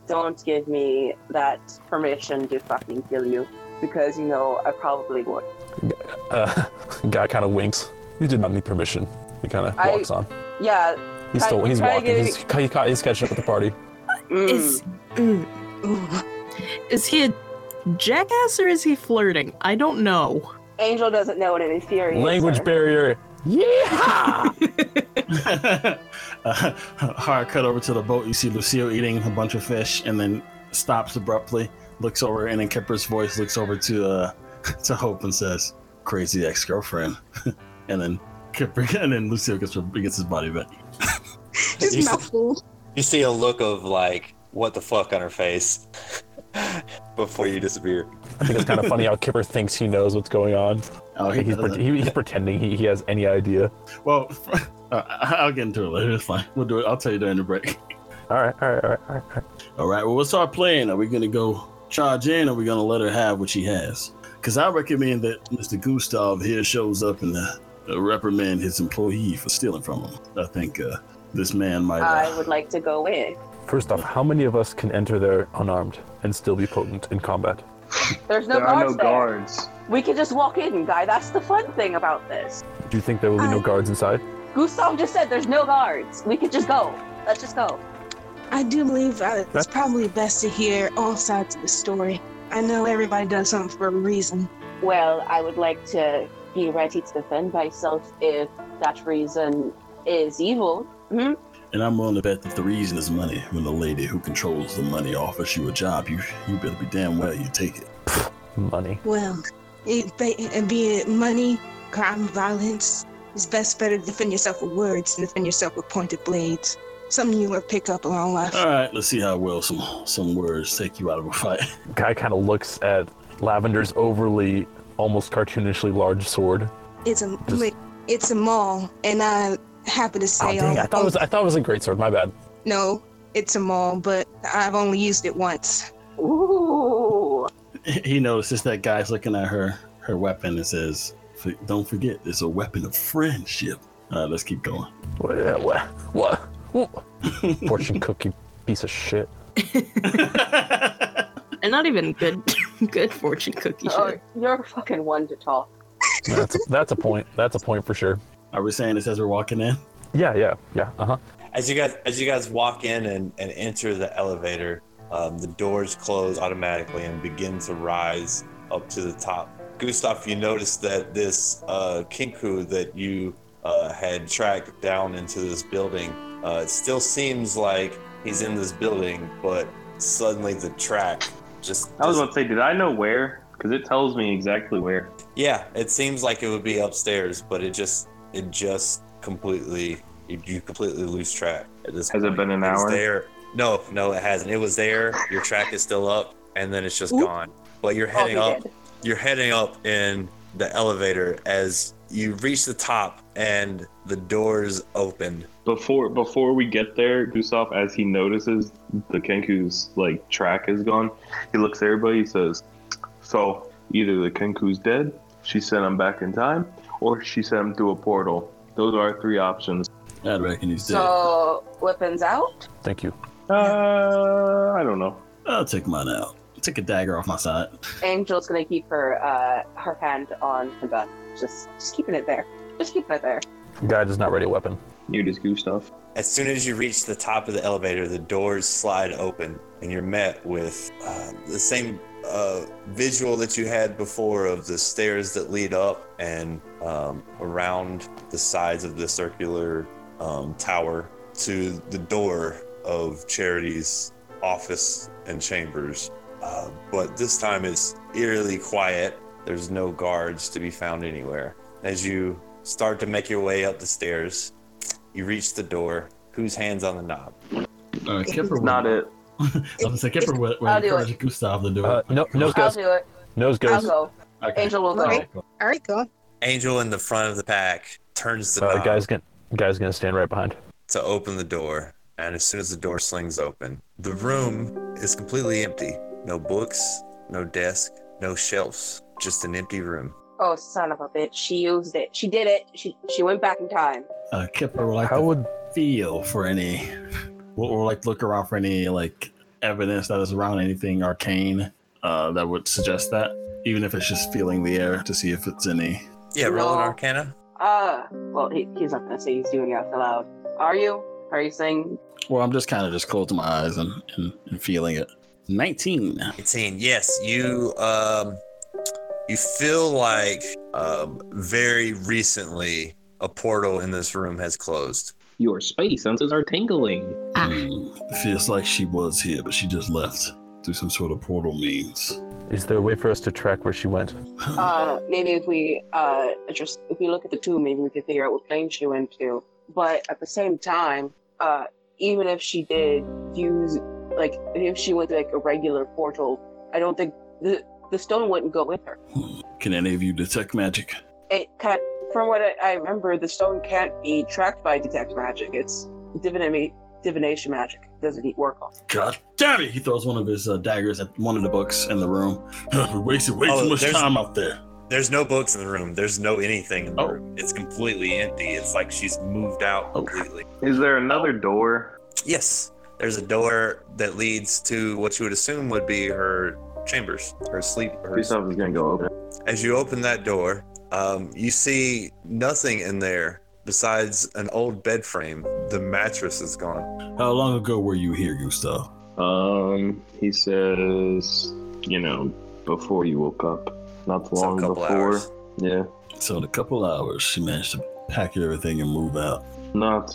S5: Don't give me that permission to fucking kill you, because you know I probably would.
S3: Uh, guy kind of winks. You did not need permission. He kind of
S5: I-
S3: walks on.
S5: Yeah.
S3: He's
S5: I-
S3: still he's
S5: I
S3: walking.
S5: get-
S3: He's, he ca- he's catching up with the party.
S5: mm.
S7: Is mm, is he a jackass or is he flirting? I don't know.
S5: Angel doesn't know what it infuriates.
S3: Language
S5: her.
S3: barrier. Yeah.
S6: Uh, hard cut over to the boat. You see Lucille eating a bunch of fish, and then stops abruptly. Looks over, and then Kipper's voice looks over to uh, to Hope and says, "Crazy ex-girlfriend." and then Kipper, and then Lucille gets gets his body back.
S8: His mouthful.
S11: You see a look of like, what the fuck on her face before you disappear.
S3: I think it's kind of funny how Kipper thinks he knows what's going on.
S6: Oh, he
S3: he's,
S6: doesn't.
S3: pre- he, he's pretending he, he has any idea.
S6: Well, uh, I'll get into it later. It's fine. We'll do it. I'll tell you during the break.
S3: All right, all right, all right, all right.
S6: All right. Well, what's our plan? Are we going to go charge in? Or are we going to let her have what she has? Because I recommend that Mr. Gustav here shows up and uh, uh, reprimand his employee for stealing from him. I think uh, this man might. Uh,
S5: I would like to go in.
S3: First off, how many of us can enter there unarmed and still be potent in combat?
S5: There's no
S12: there are
S5: guards
S12: no
S5: there.
S12: guards.
S5: We could just walk in, guy. That's the fun thing about this.
S3: Do you think there will be no guards inside?
S5: Gustav just said there's no guards. We could just go. Let's just go.
S8: I do believe that it's probably best to hear all sides of the story. I know everybody does something for a reason.
S5: Well, I would like to be ready to defend myself if that reason is evil. Hmm?
S6: and I'm willing to bet that the reason is money. When the lady who controls the money offers you a job, you you better be damn well you take it.
S3: Money.
S8: Well, It, be, be it money, crime, violence. It's best better to defend yourself with words than defend yourself with pointed blades. Something you will pick up along life.
S3: Uh,
S6: All right, let's see how well some some words take you out of a fight.
S3: Guy kind of looks at Lavender's overly, almost cartoonishly large sword.
S8: It's a it's a mall, and I happen to
S3: Oh,
S8: say,
S3: dang,
S8: I'll-
S3: I thought it was I thought it was a great sword. My bad.
S8: no, it's a mall, but I've only used it once.
S5: Ooh.
S6: He notices that guy's looking at her her weapon and says, "F- "Don't forget, it's a weapon of friendship." All right, let's keep going.
S3: What? What? Fortune cookie piece of shit.
S7: And not even good, good fortune cookie.
S5: Oh,
S7: shit.
S5: you're fucking one to talk.
S3: That's a, that's a point. That's a point for sure.
S6: Are we saying this as we're walking in?
S3: Yeah, yeah, yeah. Uh huh.
S1: As you guys as you guys walk in and, and enter the elevator, um, the doors close automatically and begin to rise up to the top. Gustav, you notice that this uh, kinku that you uh, had tracked down into this building, uh, it still seems like he's in this building, but suddenly the track just
S12: I was about to say, did I know where? Because it tells me exactly where.
S1: Yeah, it seems like it would be upstairs, but it just it just completely you, you completely lose track at this
S12: Has it
S1: point.
S12: been an
S1: was
S12: hour?
S1: There, no, no, it hasn't. It was there. Your track is still up, and then it's just
S11: Oop.
S1: gone. But
S5: Oh,
S1: you're
S11: I'll be
S1: heading up.
S11: dead.
S1: You're heading up in the elevator as you reach the top, and the doors open.
S12: Before before we get there, Gustav, as he notices the Kenku's like track is gone, he looks at everybody. He says, "So either the Kenku's dead, she sent him back in time, or she sent him through a portal. Those are our three options."
S6: I reckon he's
S5: So, weapons out?
S3: Thank you.
S12: Uh, I don't know.
S6: I'll take mine out. Take a dagger off my side.
S5: Angel's gonna keep her uh, her hand on the gun. Just, just keeping it there. Just keeping it there.
S3: Guy does not ready a weapon.
S12: You just Gustav.
S1: As soon as you reach the top of the elevator, the doors slide open, and you're met with uh, the same uh, visual that you had before of the stairs that lead up and um, around the sides of the circular um, tower to the door of Charity's office and chambers. Uh, but this time it's eerily quiet. There's no guards to be found anywhere. As you start to make your way up the stairs, you reach the door. Whose hand's on the knob?
S6: Uh, Kipper
S1: It's
S6: would-
S1: not
S12: it.
S6: I'm gonna say Kipper would, would
S5: I'll do
S6: encourage Gustav to do it.
S3: Uh, no,
S5: I'll do it.
S3: Nose
S5: I'll go.
S6: Uh,
S5: Angel will go.
S8: All right, go.
S1: Angel in the front of the pack turns the
S3: Uh,
S1: knob
S3: guy's gonna guy's gonna stand right behind.
S1: to open the door, and as soon as the door slings open, the room is completely empty. No books, no desk, no shelves, just an empty room.
S5: Oh, son of a bitch. She used it. She did it. She she went back in time.
S6: Uh, Kipper would like to feel for any, or, or like look around for any like evidence that is around anything arcane uh, that would suggest that, even if it's just feeling the air to see if it's any.
S1: Yeah, roll an arcana.
S5: Uh, well, he, he's not gonna say he's doing it out loud. Are you? Are you saying?
S6: Well, I'm just kind of just closing my eyes and, and, and feeling it. 19.
S1: 18. Yes, you um, you feel like um, very recently a portal in this room has closed.
S12: Your space senses are tingling.
S6: It feels like she was here, but she just left through some sort of portal means.
S3: Is there a way for us to track where she went?
S5: Uh, maybe if we uh just if we look at the two, maybe we can figure out what plane she went to. But at the same time, uh, even if she did use like if she went to like a regular portal, I don't think the the stone wouldn't go with her.
S6: Can any of you detect magic?
S5: It can't. From what I, I remember, the stone can't be tracked by detect magic. It's divinity, divination magic. It doesn't work on.
S6: God damn it! He throws one of his uh, daggers at one of the books in the room. We're wasting way
S1: Oh,
S6: too much
S1: there's-
S6: time out there.
S1: There's no books in the room. There's no anything in the room. It's completely empty. It's like she's moved out completely.
S12: Is there another door?
S1: Yes, there's a door that leads to what you would assume would be her chambers, her sleep. Her
S12: Gustav is gonna go open.
S1: As you open that door, um, you see nothing in there besides an old bed frame. The mattress is gone.
S6: How long ago were you here, Gustav?
S12: Um, he says, you know, before you woke up, not long
S1: couple
S12: before.
S1: hours.
S12: Yeah,
S6: So in a couple hours, she managed to pack everything and move out.
S12: not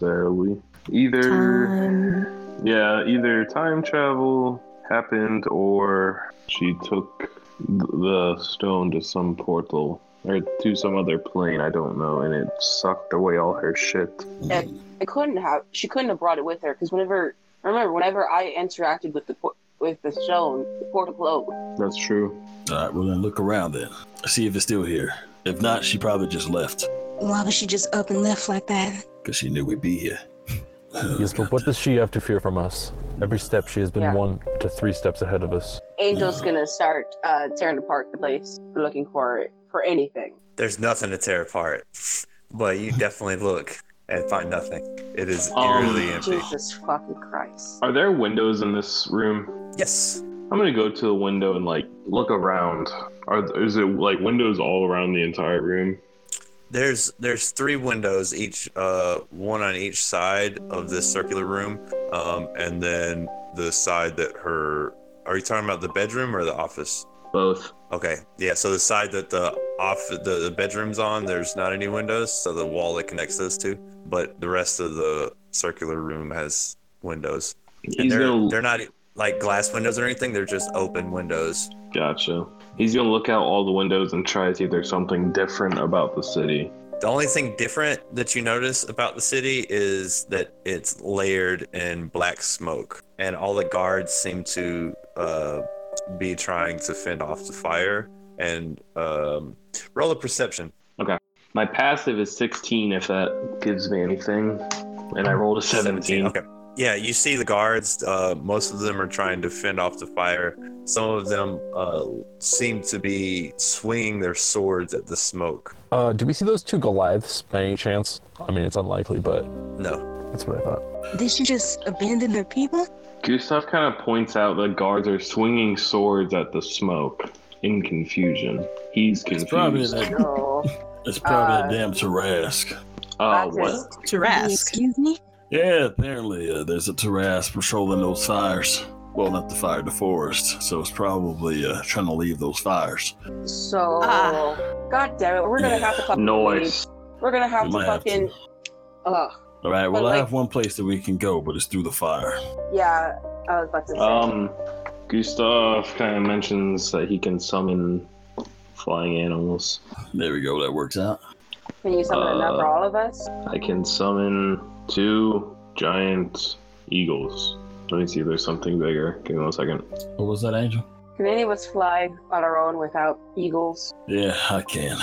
S12: necessarily. Either, yeah, either time travel happened or she took
S2: the stone to some portal or to some other plane. I don't know, and it sucked away all her shit.
S6: Mm.
S5: And I couldn't have. She couldn't have brought it with her because whenever I remember, whenever I interacted with the por- with the stone, the portal glowed.
S2: That's true.
S6: All right, we're gonna look around then. See if it's still here. If not, she probably just left
S8: Why was she just up and left like that?
S6: because she knew we'd be here.
S3: yes, but what does she have to fear from us? Every step she has been
S5: Yeah.
S3: one to three steps ahead of us.
S5: Angel's gonna start uh, tearing apart the place, looking for it for anything.
S11: There's nothing to tear apart, but you definitely look and find nothing. It is
S12: Um,
S11: eerily empty.
S5: Jesus fucking Christ!
S12: Are there windows in this room?
S11: Yes.
S12: I'm gonna go to the window and like look around. Are is it like windows all around the entire room?
S1: There's there's three windows, each uh, one on each side of this circular room, um, and then the side that her. Are you talking about the bedroom or the office?
S2: Both.
S1: Okay, yeah. So the side that the off the, the bedroom's on, there's not any windows, so the wall that connects those two. But the rest of the circular room has windows, and
S12: He's
S1: they're
S12: gonna-
S1: they're not like glass windows or anything. They're just open windows.
S12: Gotcha. He's gonna look out all the windows and try to see if there's something different about the city.
S1: The only thing different that you notice about the city is that it's layered in black smoke, and all the guards seem to uh, be trying to fend off the fire. And um, roll a perception.
S12: Okay. My passive is 16 if that gives me anything. And I rolled a 17.
S1: Okay. Yeah, you see the guards. Uh, most of them are trying to fend off the fire. Some of them uh, seem to be swinging their swords at the smoke.
S3: Uh, do we see those two Goliaths by any chance? I mean, it's unlikely, but
S1: no,
S3: that's what I thought.
S8: Did she just abandon her people?
S12: Gustav kind of points out that guards are swinging swords at the smoke in confusion. He's confused.
S6: Probably that.
S5: Oh,
S6: It's probably
S1: Uh.
S6: that damn Tarask.
S12: Uh, what?
S7: Tarask.
S8: Excuse me?
S6: Yeah, apparently uh, there's a Tarask patrolling those fires. Well, not the fire, the forest. So it's probably uh, trying to leave those fires.
S5: So, god damn it, we're gonna have to fucking
S6: Noise.
S5: leave. We're gonna have
S6: We
S5: to
S6: might have to.
S5: fucking. uh, Ugh.
S6: All right. Well,
S5: But,
S6: I
S5: like-
S6: have one place that we can go, but it's through the fire.
S5: Yeah, I was about to say.
S12: Um, Gustav kind of mentions that he can summon flying animals.
S6: There we go. That works out.
S5: Can you summon enough for
S12: uh,
S5: all of us?
S12: I can summon two giant eagles. Let me see if there's something bigger. Give me one second.
S6: What was that, Angel?
S5: Can any of us fly on our own without eagles?
S6: Yeah, I can.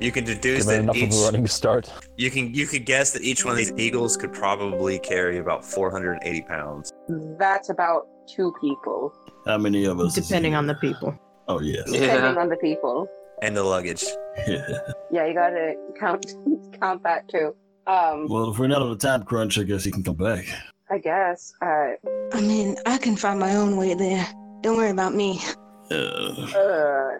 S1: You can deduce
S3: Given enough
S1: that
S3: of
S1: each.
S3: a running start.
S1: You can you could guess that each one of these eagles could probably carry about 480 pounds.
S5: That's about two people,
S6: How many of us? is
S7: Depending
S6: it?
S7: on the people.
S6: Oh yes.
S5: depending on the people.
S1: And the luggage.
S6: Yeah.
S5: Yeah, you gotta count count that too. Um,
S6: Well, if we're not on a time crunch, I guess he can come back.
S5: I guess. Uh,
S8: I mean, I can find my own way there. Don't worry about me.
S6: Uh,
S5: uh,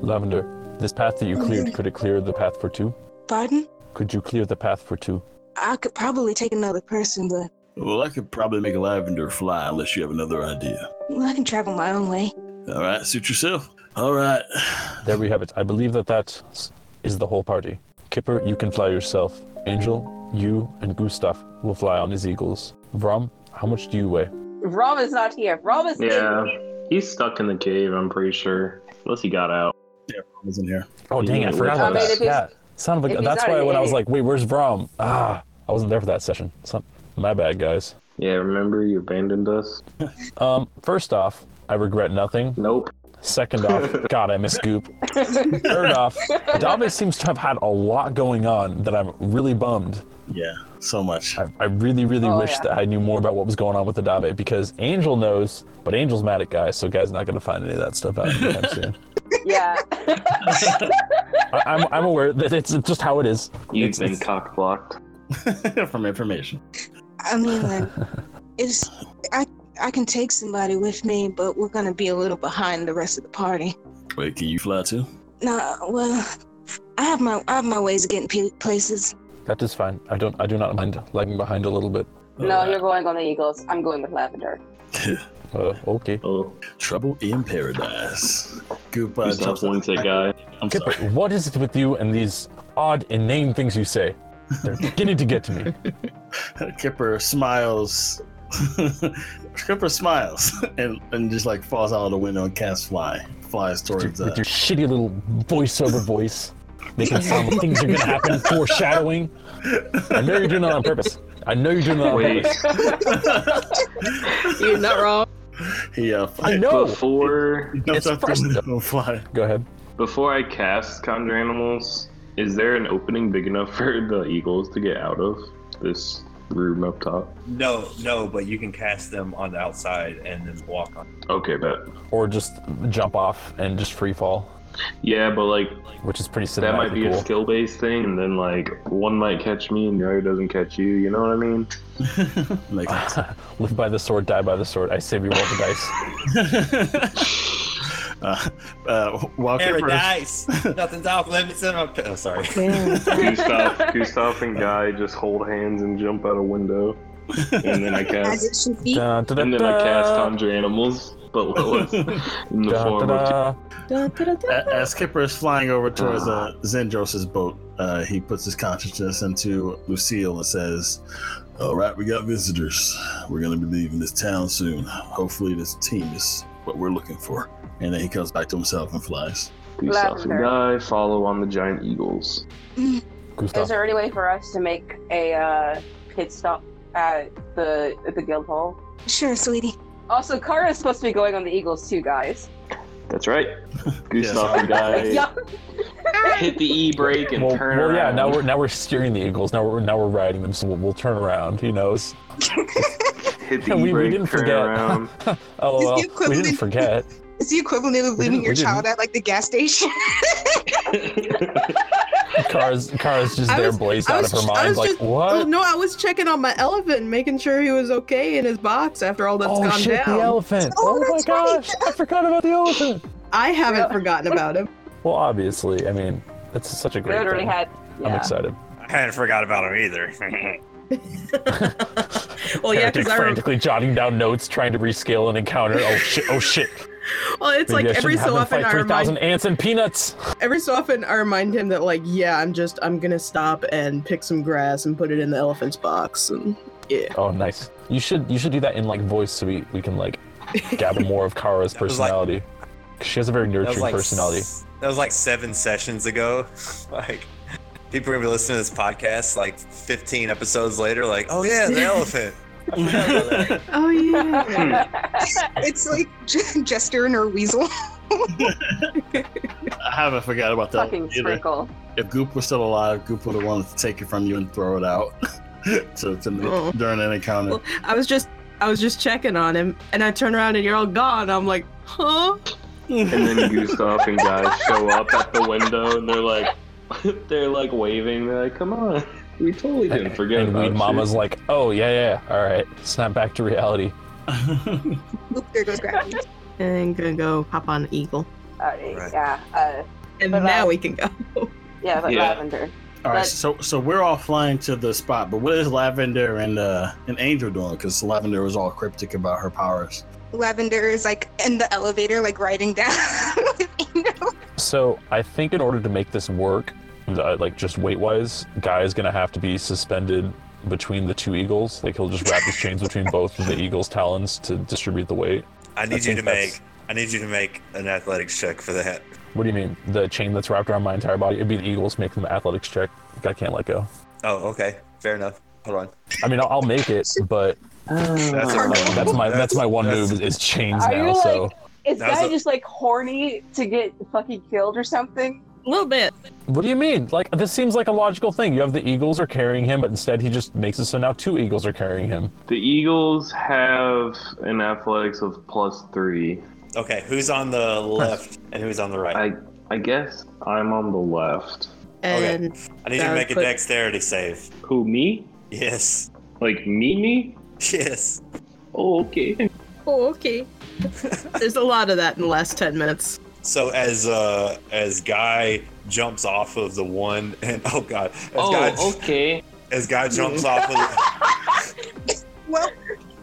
S3: Lavender, this path that you cleared, could it clear the path for two?
S8: Pardon?
S3: Could you clear the path for two?
S8: I could probably take another person, but
S6: well, I could probably make a lavender fly unless you have another idea.
S8: well, I can travel my own way.
S6: All right, suit yourself. All right.
S3: There we have it. I believe that that s- is the whole party. Kipper, you can fly yourself. Angel, you and Gustav will fly on his eagles. Vrom, how much do you weigh?
S5: Rom is not here. Rom is
S12: Yeah,
S5: in.
S12: he's stuck in the cave. I'm pretty sure, unless he got out.
S6: Yeah, was in here.
S3: Oh, dang, I
S12: Yeah,
S3: forgot
S12: I
S3: about
S12: mean,
S3: that.
S12: if he's-
S3: Yeah, son of a
S5: if
S3: gun.
S5: he's
S3: That's
S5: not
S3: why
S5: an
S3: when I was
S5: idiot.
S3: like, wait, where's Vrom? Ah, I wasn't there for that session. Some, my bad, guys.
S12: Yeah, remember you abandoned us?
S3: Um, first off, I regret nothing.
S12: Nope.
S3: Second off, God, I miss Goop. Third off, Dave seems to have had a lot going on that I'm really bummed.
S6: Yeah, so much.
S3: I, I really, really
S5: Oh,
S3: wish
S5: yeah.
S3: that I knew more about what was going on with Adave because Angel knows, but Angel's mad at guys, so guys not going to find any of that stuff out anytime soon.
S5: Yeah.
S3: I, I'm, I'm aware that it's, it's just how it is.
S12: You've
S3: It's-
S12: been
S3: it's-
S12: cock blocked.
S6: From information.
S8: I mean, like, it's I I can take somebody with me, but we're gonna be a little behind the rest of the party.
S6: Wait, can you fly too?
S8: Nah, well, I have my I have my ways of getting pe- places.
S3: That is fine. I don't. I do not mind lagging behind a little bit.
S5: No, you're going on the Eagles. I'm going with Lavender.
S3: Uh, okay.
S12: Oh,
S6: Trouble in paradise. Goodbye.
S12: Gustav
S6: Justin.
S12: points at guy.
S6: I'm
S3: Kipper,
S6: sorry.
S3: what is it with you and these odd, inane things you say? They're beginning to get to me.
S6: Kipper smiles Stripper smiles and, and just like falls out of the window and casts fly. Flies
S3: With
S6: towards uh,
S3: your shitty little voiceover voice, making it sound like things are gonna happen, foreshadowing. I know you're doing that on purpose. I know you're doing that on
S2: Wait.
S3: purpose.
S7: You're not wrong.
S6: Yeah,
S3: I know.
S2: Before
S6: It's first- fly.
S3: Go ahead.
S2: Before I cast Conjure Animals, is there an opening big enough for the eagles to get out of this room up top?
S1: No, no, but you can cast them on the outside and then walk on.
S2: Okay, bet.
S3: Or just jump off and just free fall,
S2: Yeah, but like
S3: which is pretty
S2: that might be
S3: cinematically
S2: a
S3: cool.
S2: skill based thing, and then like one might catch me and the other doesn't catch you. You know what I mean?
S3: Live by the sword, die by the sword. I say we roll the dice.
S6: uh, uh, while Kipper-
S1: Paradise. Nothing's off limits in my. Oh, sorry.
S2: Gustav, Gustav and Guy just hold hands and jump out a window, and then I
S8: As
S2: cast
S8: it should be.
S3: Da, da, da,
S2: and then I cast
S3: da.
S2: Conjure Animals, but Lilith in the
S3: Da,
S2: form
S3: da,
S2: of
S3: da.
S6: A- As Skipper is flying over towards uh, Zendros' boat, uh, he puts his consciousness into Lucille and says, All right, we got visitors. We're going to be leaving this town soon. Hopefully, this team is what we're looking for. And then he comes back to himself and flies.
S2: Gustav and Guy follow on the giant eagles.
S5: Is there any way for us to make a uh, pit stop at the at the guild hall?
S8: Sure, sweetie.
S5: Also, Kara is supposed to be going on the Eagles too, guys.
S2: That's right. Gustav and Guy
S5: Yeah.
S2: hit the e brake and
S3: Well,
S2: turn
S3: well, yeah.
S2: around.
S3: Now we're now we're steering the eagles. Now we're now we're riding them. So we'll, we'll turn around. He knows.
S2: hit the
S3: We- we
S2: e brake, turn
S3: didn't forget.
S2: around.
S3: LOL.
S8: Is the
S3: We
S8: equivalent-
S3: didn't forget.
S8: It's the equivalent of
S3: We didn't-
S8: leaving your
S3: we didn't.
S8: child at like the gas station.
S3: Cars cars just
S7: I
S3: there
S7: was-
S3: blazed
S7: I
S3: out of
S7: was
S3: her
S7: ju- I
S3: mind.
S7: was
S3: Like
S7: just-
S3: what?
S7: Oh, no, I was checking on my elephant, and making sure he was okay in his box after all that's
S3: oh
S7: gone
S3: shit!
S7: down.
S3: The elephant. Oh, my gosh! I forgot about the elephant.
S7: I haven't forgotten about him.
S3: Well, obviously, I mean, that's such a great.
S5: Literally
S3: thing.
S5: had.
S3: I'm
S5: Yeah.
S3: excited.
S1: I kind of forgot about him either.
S7: Well, yeah,
S3: Heretic
S7: because I rem-
S3: frantically jotting down notes, trying to rescale an encounter. Oh shit! Oh shit!
S7: well, it's
S3: Maybe I
S7: like every
S3: shouldn't have
S7: so
S3: him
S7: often
S3: fight
S7: I
S3: three thousand
S7: remind
S3: ants and peanuts.
S7: every so often I remind him that like yeah, I'm just I'm gonna stop and pick some grass and put it in the elephant's box and yeah.
S3: Oh, nice. You should you should do that in like voice so we, we can like gather more of Kara's
S1: was like-
S3: personality. 'Cause she has a very nurturing
S1: like
S3: personality.
S1: s- That was like seven sessions ago. like people are gonna be listening to this podcast like 15 episodes later. Like, oh yeah, the elephant.
S7: Oh yeah.
S3: Hmm.
S8: it's like J- Jester and her weasel.
S6: I haven't forgot about that.
S5: Fucking
S6: either.
S5: sprinkle.
S6: If Goop was still alive, Goop would have wanted to take it from you and throw it out to, to
S7: Oh.
S6: during an encounter.
S7: Well, I was just I was just checking on him, and I turn around and you're all gone. I'm like, huh?
S2: and then Gustav and Guy show up at the window and they're like, they're like waving. They're like, come on, we totally didn't forget.
S3: And
S2: about
S3: Weed
S2: you."
S3: Mama's like, oh yeah yeah, yeah. all right, snap back to reality.
S8: Oop, there goes gravity.
S7: And gonna go hop on eagle,
S5: Uh, Yeah. Uh,
S7: and
S5: But, uh,
S7: now we can go.
S5: yeah, but
S6: Yeah.
S5: lavender.
S6: All right,
S5: But-
S6: so so we're all flying to the spot, but what is Lavender and uh, and Angel doing? Because Lavender was all cryptic about her powers.
S8: Lavender is like in the elevator, like riding down.
S3: So I think in order to make this work, uh, like just weight wise, Guy is gonna have to be suspended between the two eagles. Like he'll just wrap his chains between both of the eagles' talons to distribute the weight.
S1: I need you
S3: think
S1: to
S3: that's-
S1: make. I need you to make an athletics check for that.
S3: What do you mean? The chain that's wrapped around my entire body? It'd be the Eagles making the athletics check. I can't let go.
S1: Oh, okay, fair enough. Hold on.
S3: I mean, I'll, I'll make it, but
S1: That's,
S2: Oh.
S3: uh,
S1: a-
S3: that's my that's my one
S1: that's-
S3: move is chains
S5: Are you
S3: now.
S5: like-
S3: So
S5: Is
S3: That was
S5: guy
S3: a-
S5: just like horny to get fucking killed or something?
S7: A little bit.
S3: what do you mean? Like this seems like a logical thing. You have the Eagles are carrying him, but instead he just makes it so now two Eagles are carrying him.
S2: The Eagles have an athletics of plus three.
S1: Okay, who's on the left and who's on the right?
S2: I I guess I'm on the left.
S7: And
S1: I need you to
S7: uh,
S1: make a
S7: put-
S1: dexterity save.
S2: Who me?
S1: Yes.
S2: Like me me?
S1: Yes.
S2: Oh okay.
S7: Oh, okay. There's a lot of that in the last ten minutes.
S1: So as uh as guy jumps off of the one and oh god, as guy
S2: Oh okay.
S1: as guy jumps off of the,
S8: well,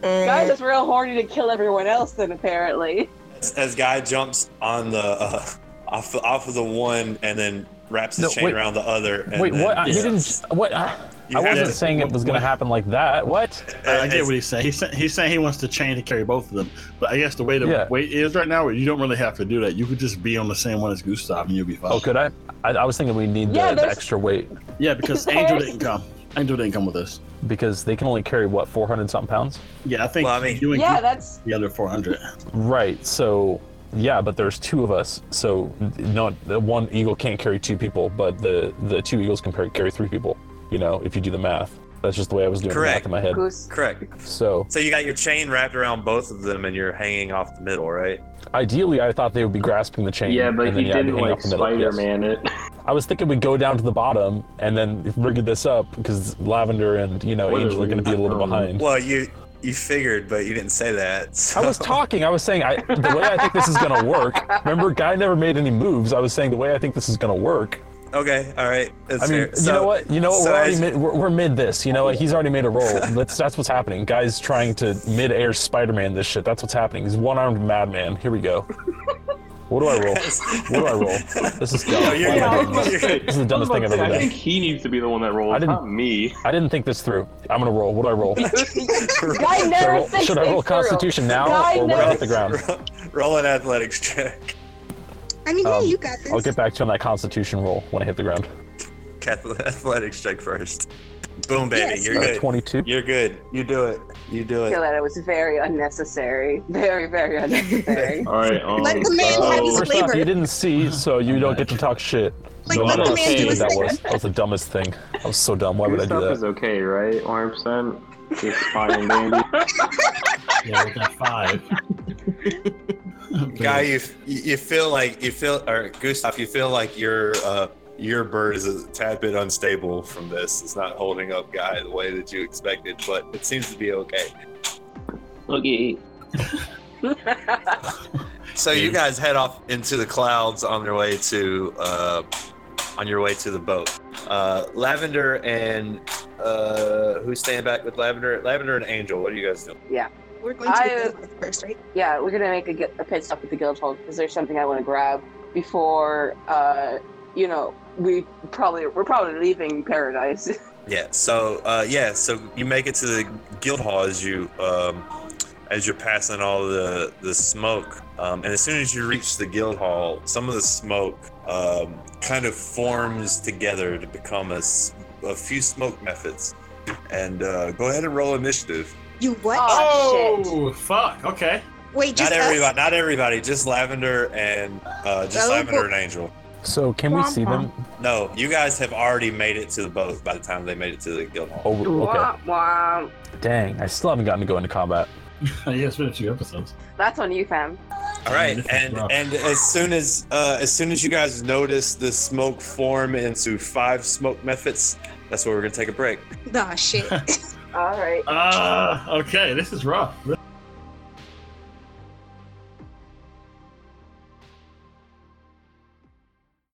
S5: Guy is real horny to kill everyone else then apparently.
S1: as, as guy jumps on the uh, off off of the one and then wraps his
S3: No,
S1: chain
S3: wait.
S1: around the other. And
S3: Wait,
S1: then-
S3: what? I, He didn't. What? I,
S1: You
S3: I
S1: had
S3: wasn't
S1: it.
S3: saying it was going to happen like that. What?
S6: I, I get what he's saying. He's, saying. he's saying he wants the chain to carry both of them. But I guess the way the
S3: Yeah.
S6: weight is right now, you don't really have to do that. You could just be on the same one as Gustav and you'll be fine.
S3: Oh, could I? I, I was thinking we need
S6: Yeah,
S3: the, the
S6: there's-
S3: extra weight
S6: Yeah, because Angel didn't come. Angel didn't come with us.
S3: because they can only carry what 400 something pounds.
S6: Yeah, I think you and
S5: yeah,
S6: Gustav
S5: that's
S6: the other 400.
S3: Right. So yeah, but there's two of us. So not the one eagle can't carry two people, but the the two eagles can par- carry three people. You know, if you do the math, that's just the way I was doing
S1: Correct.
S3: the math in my head.
S1: Correct.
S3: So
S1: So you got your chain wrapped around both of them, and you're hanging off the middle, right?
S3: ideally, I thought they would be grasping the chain.
S1: Yeah, but
S3: and then,
S1: he
S3: I'd be
S1: didn't,
S3: hanging
S1: like,
S3: off the middle, yes.
S1: Spider-Man it.
S3: I was thinking we'd go down to the bottom and then rig this up because Lavender and you know
S1: What
S3: Angel
S1: are
S3: are going to be a little behind.
S1: Well, you you figured, but you didn't say that.
S3: I was talking. I was saying I, the way I think this is going to work. Remember, guy never made any moves. I was saying the way I think this is going to work.
S1: Okay, all right. That's
S3: I mean,
S1: fair.
S3: you
S1: So-
S3: know what? You know what?
S1: so
S3: we're already
S1: as-
S3: mid, we're, we're mid this. You know what? He's already made a roll. That's that's what's happening. Guys trying to mid air Spider Man this shit. That's what's happening. He's one armed madman. Here we go. What do I roll? What do I roll? This is dumb.
S2: No, Oh, you're-
S3: Why am I
S2: you're-
S3: doing this?
S2: you're-
S3: This is the dumbest thing I've ever
S2: I
S3: done.
S2: think he needs to be the one that
S3: I
S2: rolls,
S3: didn't-
S2: not me.
S3: I didn't think this through. I'm gonna roll. What do I roll?
S13: Guy
S3: should I
S13: never
S3: roll,
S13: thinks
S3: should I
S13: things
S3: roll
S13: through.
S3: Constitution now
S13: Guy
S3: or when I
S13: never-
S3: hit the ground?
S1: Roll an athletics check.
S8: I mean, yeah,
S3: Um,
S8: you got this.
S3: I'll get back to you on that Constitution roll when I hit the ground.
S1: Cath- Athletics check first. Boom, baby.
S5: Yes.
S1: you're
S3: Uh,
S1: good.
S3: 22.
S1: You're good. You do it. You do
S5: I
S1: it.
S5: feel that it was very unnecessary. Very, very unnecessary.
S2: All right. Um,
S5: Let the man have his
S3: First off,
S5: flavor.
S3: you didn't see, so you don't get to talk shit.
S2: Like,
S3: no
S2: let
S3: matter
S2: the
S3: how
S2: man do
S3: stupid
S2: his
S3: that
S2: thing.
S3: was. That was the dumbest thing. I was so dumb. Why would I do
S2: Gustav
S3: that?
S2: is okay, right? 100. percent He's fine and dandy.
S6: yeah, with that five.
S1: Guy, you f- you feel like you feel or Gustav, you feel like your uh, your bird is a tad bit unstable from this. It's not holding up, guy, the way that you expected, but it seems to be okay.
S2: Okay.
S1: So you guys head off into the clouds on your way to uh, on your way to the boat. Uh, Lavender and uh, who's staying back with Lavender? Lavender and Angel. What are you guys doing?
S5: Yeah.
S8: We're going to
S5: I-
S8: the guild first, right?
S5: Yeah, we're gonna make a, gu- a pit stop at the guild hall because there's something I want to grab before, uh, you know, we probably we're probably leaving paradise.
S1: Yeah. So uh, yeah. So you make it to the guild hall as you um, as you're passing all the the smoke, um, and as soon as you reach the guild hall, some of the smoke um, kind of forms together to become a, s- a few smoke methods. And uh, go ahead and roll initiative.
S8: You what?
S6: Oh, fuck. Okay.
S8: Wait, just
S1: not
S8: us?
S1: everybody. Not everybody. Just Lavender and uh, just
S8: Oh,
S1: Lavender
S8: but-
S1: and Angel.
S3: So can we see them?
S1: No, you guys have already made it to the boat by the time they made it to the guild hall.
S3: Oh, okay.
S5: Womp womp.
S3: Dang, I still haven't gotten to go into combat.
S6: yeah, it's been a few episodes.
S5: That's on you, fam.
S1: All right, and and as soon as uh, as soon as you guys notice the smoke form into five smoke methods, that's where we're gonna take a break.
S8: Nah, shit.
S5: All right.
S6: Uh, Ah, okay, this is rough. This